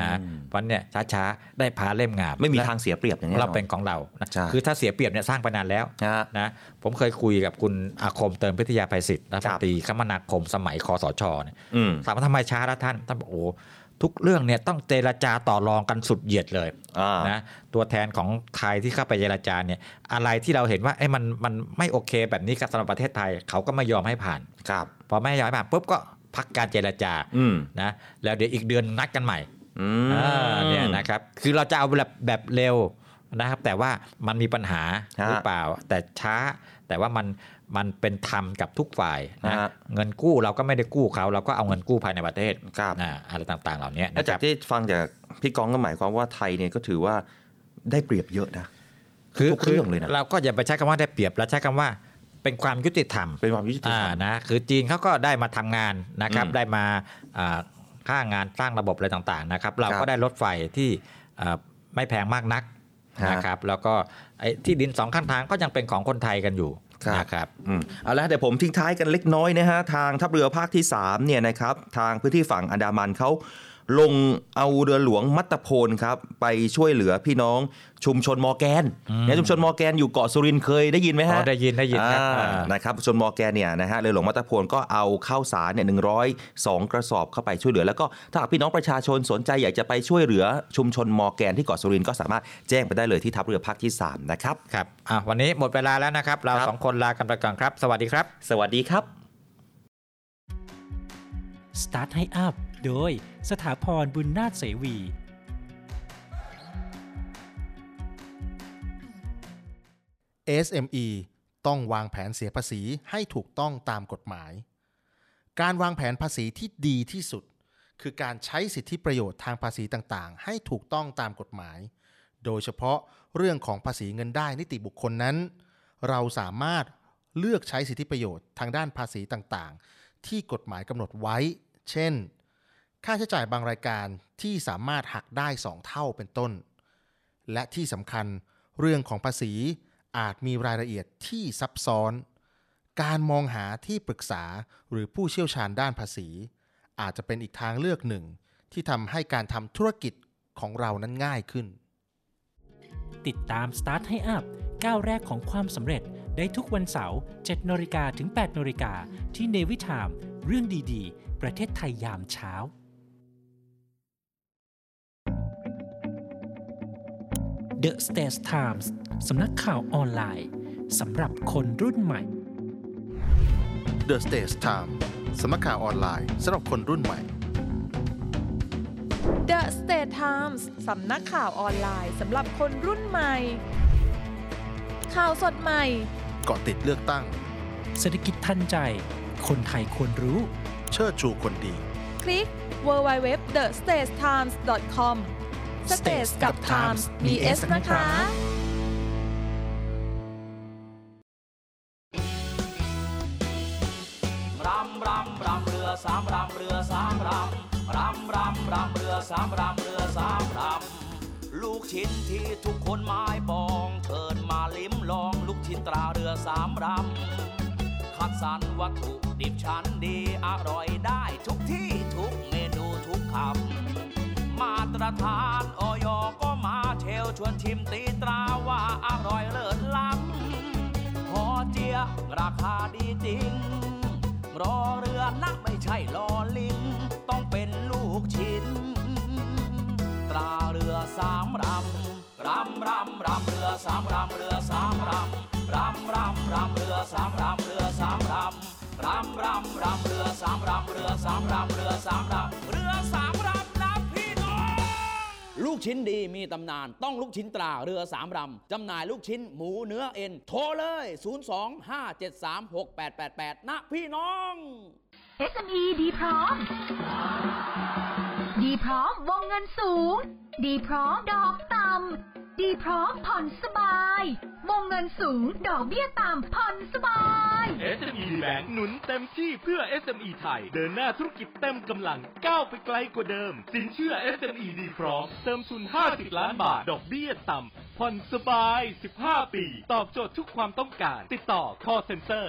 Speaker 3: นะเพราะเนี่ยช้าๆได้พาเล่มงาม
Speaker 4: ไม่มี
Speaker 3: และ
Speaker 4: ทางเสียเปรียบอย่างแน่นอน
Speaker 3: เราเป็นของเรานะ
Speaker 4: ใช่
Speaker 3: คือถ้าเสียเปรียบเนี่ยสร้างไปนานแล้วนะผมเคยคุยกับคุณอาคมเติมพิทยาภัยศิษฐ์รัฐมนตรีคมนาคมสมัยคอสชเนี่ย
Speaker 4: อืม
Speaker 3: ถามว่าทำไมช้าละท่านท่านบอกโอ้ทุกเรื่องเนี่ยต้องเจรจาต่อรองกันสุดเหยียดเลย นะตัวแทนของไทยที่เข้าไปเจรจาเนี่ยอะไรที่เราเห็นว่าเอ้ยมันมันไม่โอเคแบบนี้กับสำหรับประเทศไทยเขาก็ไม่ยอมให้ผ่าน
Speaker 4: ครับ
Speaker 3: พอไม่ยอมให้ผ่านปุ๊บก็พักการเจรจา
Speaker 4: อืม
Speaker 3: นะแล้วเดี๋ยวอีกเดือนนัดกันใหม่
Speaker 4: ม
Speaker 3: อ่าเนี่ยนะครับคือเราจะเอาแบบแบบเร็วนะครับแต่ว่ามันมีปัญหาหรือเปล่า แต่ช้าแต่ว่ามันมันเป็นธรรมกับทุกฝ่ายนะเงินกู้เราก็ไม่ได้กู้เขาเราก็เอาเงินกู้ภายในประเทศนะอะไรต่างๆ เหล่านี้
Speaker 4: แล้ว
Speaker 3: นะค
Speaker 4: จา
Speaker 3: รั
Speaker 4: ก
Speaker 3: บ
Speaker 4: ที่ฟังจากพี่กองก็หมายความว่าไทยเนี่ยก็ถือว่าได้เปรียบเยอะนะ
Speaker 3: คือ
Speaker 4: ทุกเรื่องเลยนะ
Speaker 3: เราก็อย่าไปใช้คำว่าได้เปรียบเราใช้คำว่าเป็นความยุติธรรม
Speaker 4: เป็นความยุติธรรม
Speaker 3: นะคือจีนเขาก็ได้มาทำงานนะครับ
Speaker 4: อืม
Speaker 3: ได้มาอ่าค่างานสร้างระบบอะไรต่างๆนะครับ เราก็ได้รถไฟที่อ่าไม่แพงมากนัก
Speaker 4: ฮะ
Speaker 3: นะครับแล้วก็ไอ้ที่ดินสองข้างทางก็ยังเป็นของคนไทยกันอยู่นะครับ
Speaker 4: อืมเอาละเดี๋ยวผมทิ้งท้ายกันเล็กน้อยนะฮะ ทางทัพเรือภาคที่3เนี่ยนะครับทางพื้นที่ฝั่งอันดามันเขาลงเอาเรือหลวงมัตตพลครับ ไปช่วยเหลือพี่น้องชุมชนมอร์แกนเนี่ยชุมชนมอร์แกนอยู่เกาะสุรินทร์เคยได้ยินไหมฮะ
Speaker 3: อ๋อได้ยินได้ยินครับ
Speaker 4: อ่า
Speaker 3: อ่าน
Speaker 4: นะครับชุมชนมอร์แกนเนี่ยนะฮะเรือหลวงมัตตพลก็เอาข้าวสารเนี่ยหนึ่งร้อยสองกระสอบเข้าไปช่วยเหลือ แล้วก็ถ้าหากพี่น้องประชาชนสนใจอยากจะไปช่วยเหลือชุมชนมอร์แกนที่เกาะสุรินทร์ก็สามารถแจ้งไปได้เลยที่ทัพเรือภาคที่สามนะครับ
Speaker 3: ครับอ่ะวันนี้หมดเวลาแล้วนะครับ เราสองคนลากันไปก่อนครับ สวัสดีครับ
Speaker 4: สวัสดีครับ
Speaker 11: Start ให้อัพโดยสถาพรบุญนาถเสวี
Speaker 12: SME ต้องวางแผนเสียภาษีให้ถูกต้องตามกฎหมาย การวางแผนภาษีที่ดีที่สุด คือการใช้สิทธิประโยชน์ทางภาษีต่างๆ ให้ถูกต้องตามกฎหมาย โดยเฉพาะเรื่องของภาษีเงินได้นิติบุคคลนั้น เราสามารถเลือกใช้สิทธิประโยชน์ทางด้านภาษีต่างๆ ที่กฎหมายกำหนดไว้ เช่น ค่าใช้จ่ายบางรายการที่สามารถหักได้สองเท่าเป็นต้น และที่สำคัญเรื่องของภาษีอาจมีรายละเอียดที่ซับซ้อน การมองหาที่ปรึกษาหรือผู้เชี่ยวชาญด้านภาษี อาจจะเป็นอีกทางเลือกหนึ่ง ที่ทำให้การทำธุรกิจของเรานั้นง่ายขึ้น
Speaker 11: ติดตาม Start ให้อัพก้าวแรกของความสำเร็จได้ทุกวันเสาร์7นาฬิกาถึง8นาฬิกาที่เนวิทามเรื่องดีๆ ประเทศไทยยามเช้า The States Times สำนักข่าวออนไลน์สำหรับคนรุ่นใหม่
Speaker 12: The Stage Time สำนักข่าวออนไลน์สำหรับคนรุ่นใหม่
Speaker 13: The State Times สำนักข่าวออนไลน์สำหรับคนรุ่นใหม่ ค ข่าวสดใหม่
Speaker 12: เกาะติดเลือกตั้ง
Speaker 11: เศรษฐกิจทันใจ คนไทยควรรู้
Speaker 12: เชิดชูคนดี
Speaker 13: คลิก w w w t h e s t a t e t i m e s c o m States กับ Times มี S นะคะ
Speaker 15: รำรำรำเรือสามรำเรือสามรำรำรำรำเรือสามรำเรือสามรำลูกชิ้นที่ทุกคนหมายปองเชิญมาลิ้มลองลูกชิ้นตราเรือสามรำคัดสรรวัตถุดิบชั้นดีอร่อยได้ทุกที่ทุกเมนูทุกคำมาตรฐานออยก็มาเชลชวนชิมตีตราว่าอร่อยเลิศล้ำพอเจียราคาดีจริง รอเรือนะไม่ใช่ลอลิง ต้องเป็นลูกชิ้น ตราเรือสามรำรำรำรำเรือสามรำเรือสามรำรำรำรำเรือสามรำเรือสามรำรำรำรำเรือสามรำเรือสามรำเรือสามรำเรือสามรำนะพี่น้องลูกชิ้นดีมีตำนานต้องลูกชิ้นตราเรือสามรำจำหน่ายลูกชิ้นหมูเนื้อเอ็น โทรเลย 025736888 นะพี่น้อง
Speaker 9: SME ดีพร้อม ดีพร้อมวงเงินสูง ดีพร้อมดอกต่ำ ดีพร้อมผ่อนสบาย วงเงินสูง ดอกเบี้ยต่ำ ผ่อนสบาย
Speaker 10: SME Bank หนุนเต็มที่เพื่อ SME ไทย เดินหน้าธุรกิจเต็มกำลังก้าวไปไกลกว่าเดิม สินเชื่อ SME ดีพร้อม เติมทุน 50 ล้านบาท ดอกเบี้ยต่ำผ่อนสบาย 15 ปี ตอบโจทย์ทุกความต้องการ ติดต่อ call center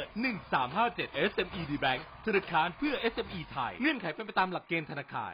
Speaker 10: 1357 SME D Bank ธนาคารเพื่อ SME ไทย เงื่อนไขเป็นไปตามหลักเกณฑ์ธนาคาร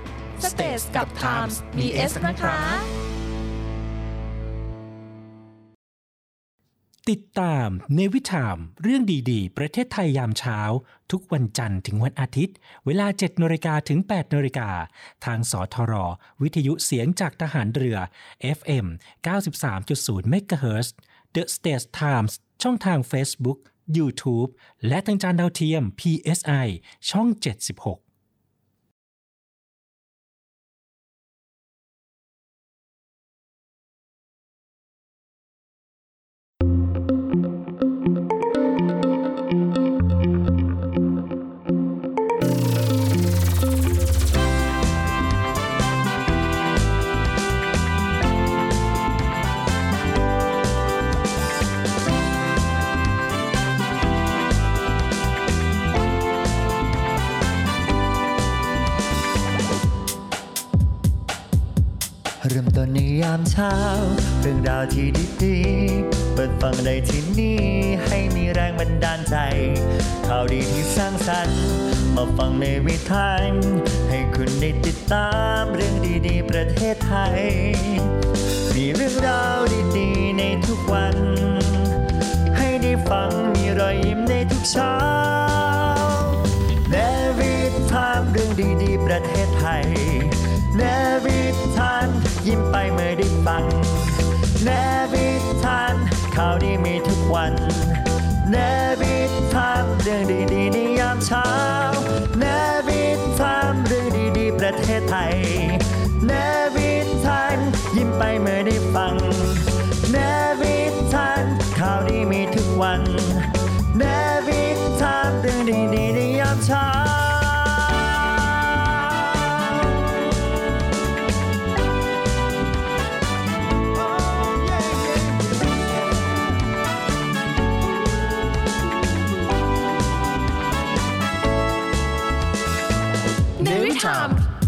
Speaker 13: States กับ Times มี S นะคะ
Speaker 11: ติดตามเนวิทามเรื่องดีๆ ประเทศไทยยามเช้า ทุกวันจันทร์ถึงวันอาทิตย์ เวลา7นาฬิกาถึง8นาฬิกาทางสทร วิทยุเสียงจากทหารเรือ FM 93.0 MHz The States Times ช่องทาง Facebook YouTube และทางจานดาวเทียม PSI ช่อง 76
Speaker 1: เริ่มต้นในยามเช้า เรื่องราวที่ดีๆเปิดฟังได้ที่นี่ ให้มีแรงบันดาลใจ ข่าวดีที่สร้างสรรค์ มาฟังในวิทันให้คุณได้ติดตามเรื่องดีๆ ประเทศไทย มีเรื่องราวดีๆ ในทุกวัน ให้ได้ฟังมีรอยยิ้มในทุกเช้า เนวิทามเรื่องดีๆ ประเทศไทย เนวิทามยิ้มไปเมื่อได้ฟัง เนวิทามข่าวดีมีทุกวัน เนวิทามเรื่องดีๆในยามเช้า เนวิทามเรื่องดีๆ ประเทศไทย เนวิทามยิ้มไปเมื่อได้ฟัง เนวิทามข่าวดีมีทุกวัน เนวิทามเรื่องดีๆในยามเช้า
Speaker 13: เนวิทาม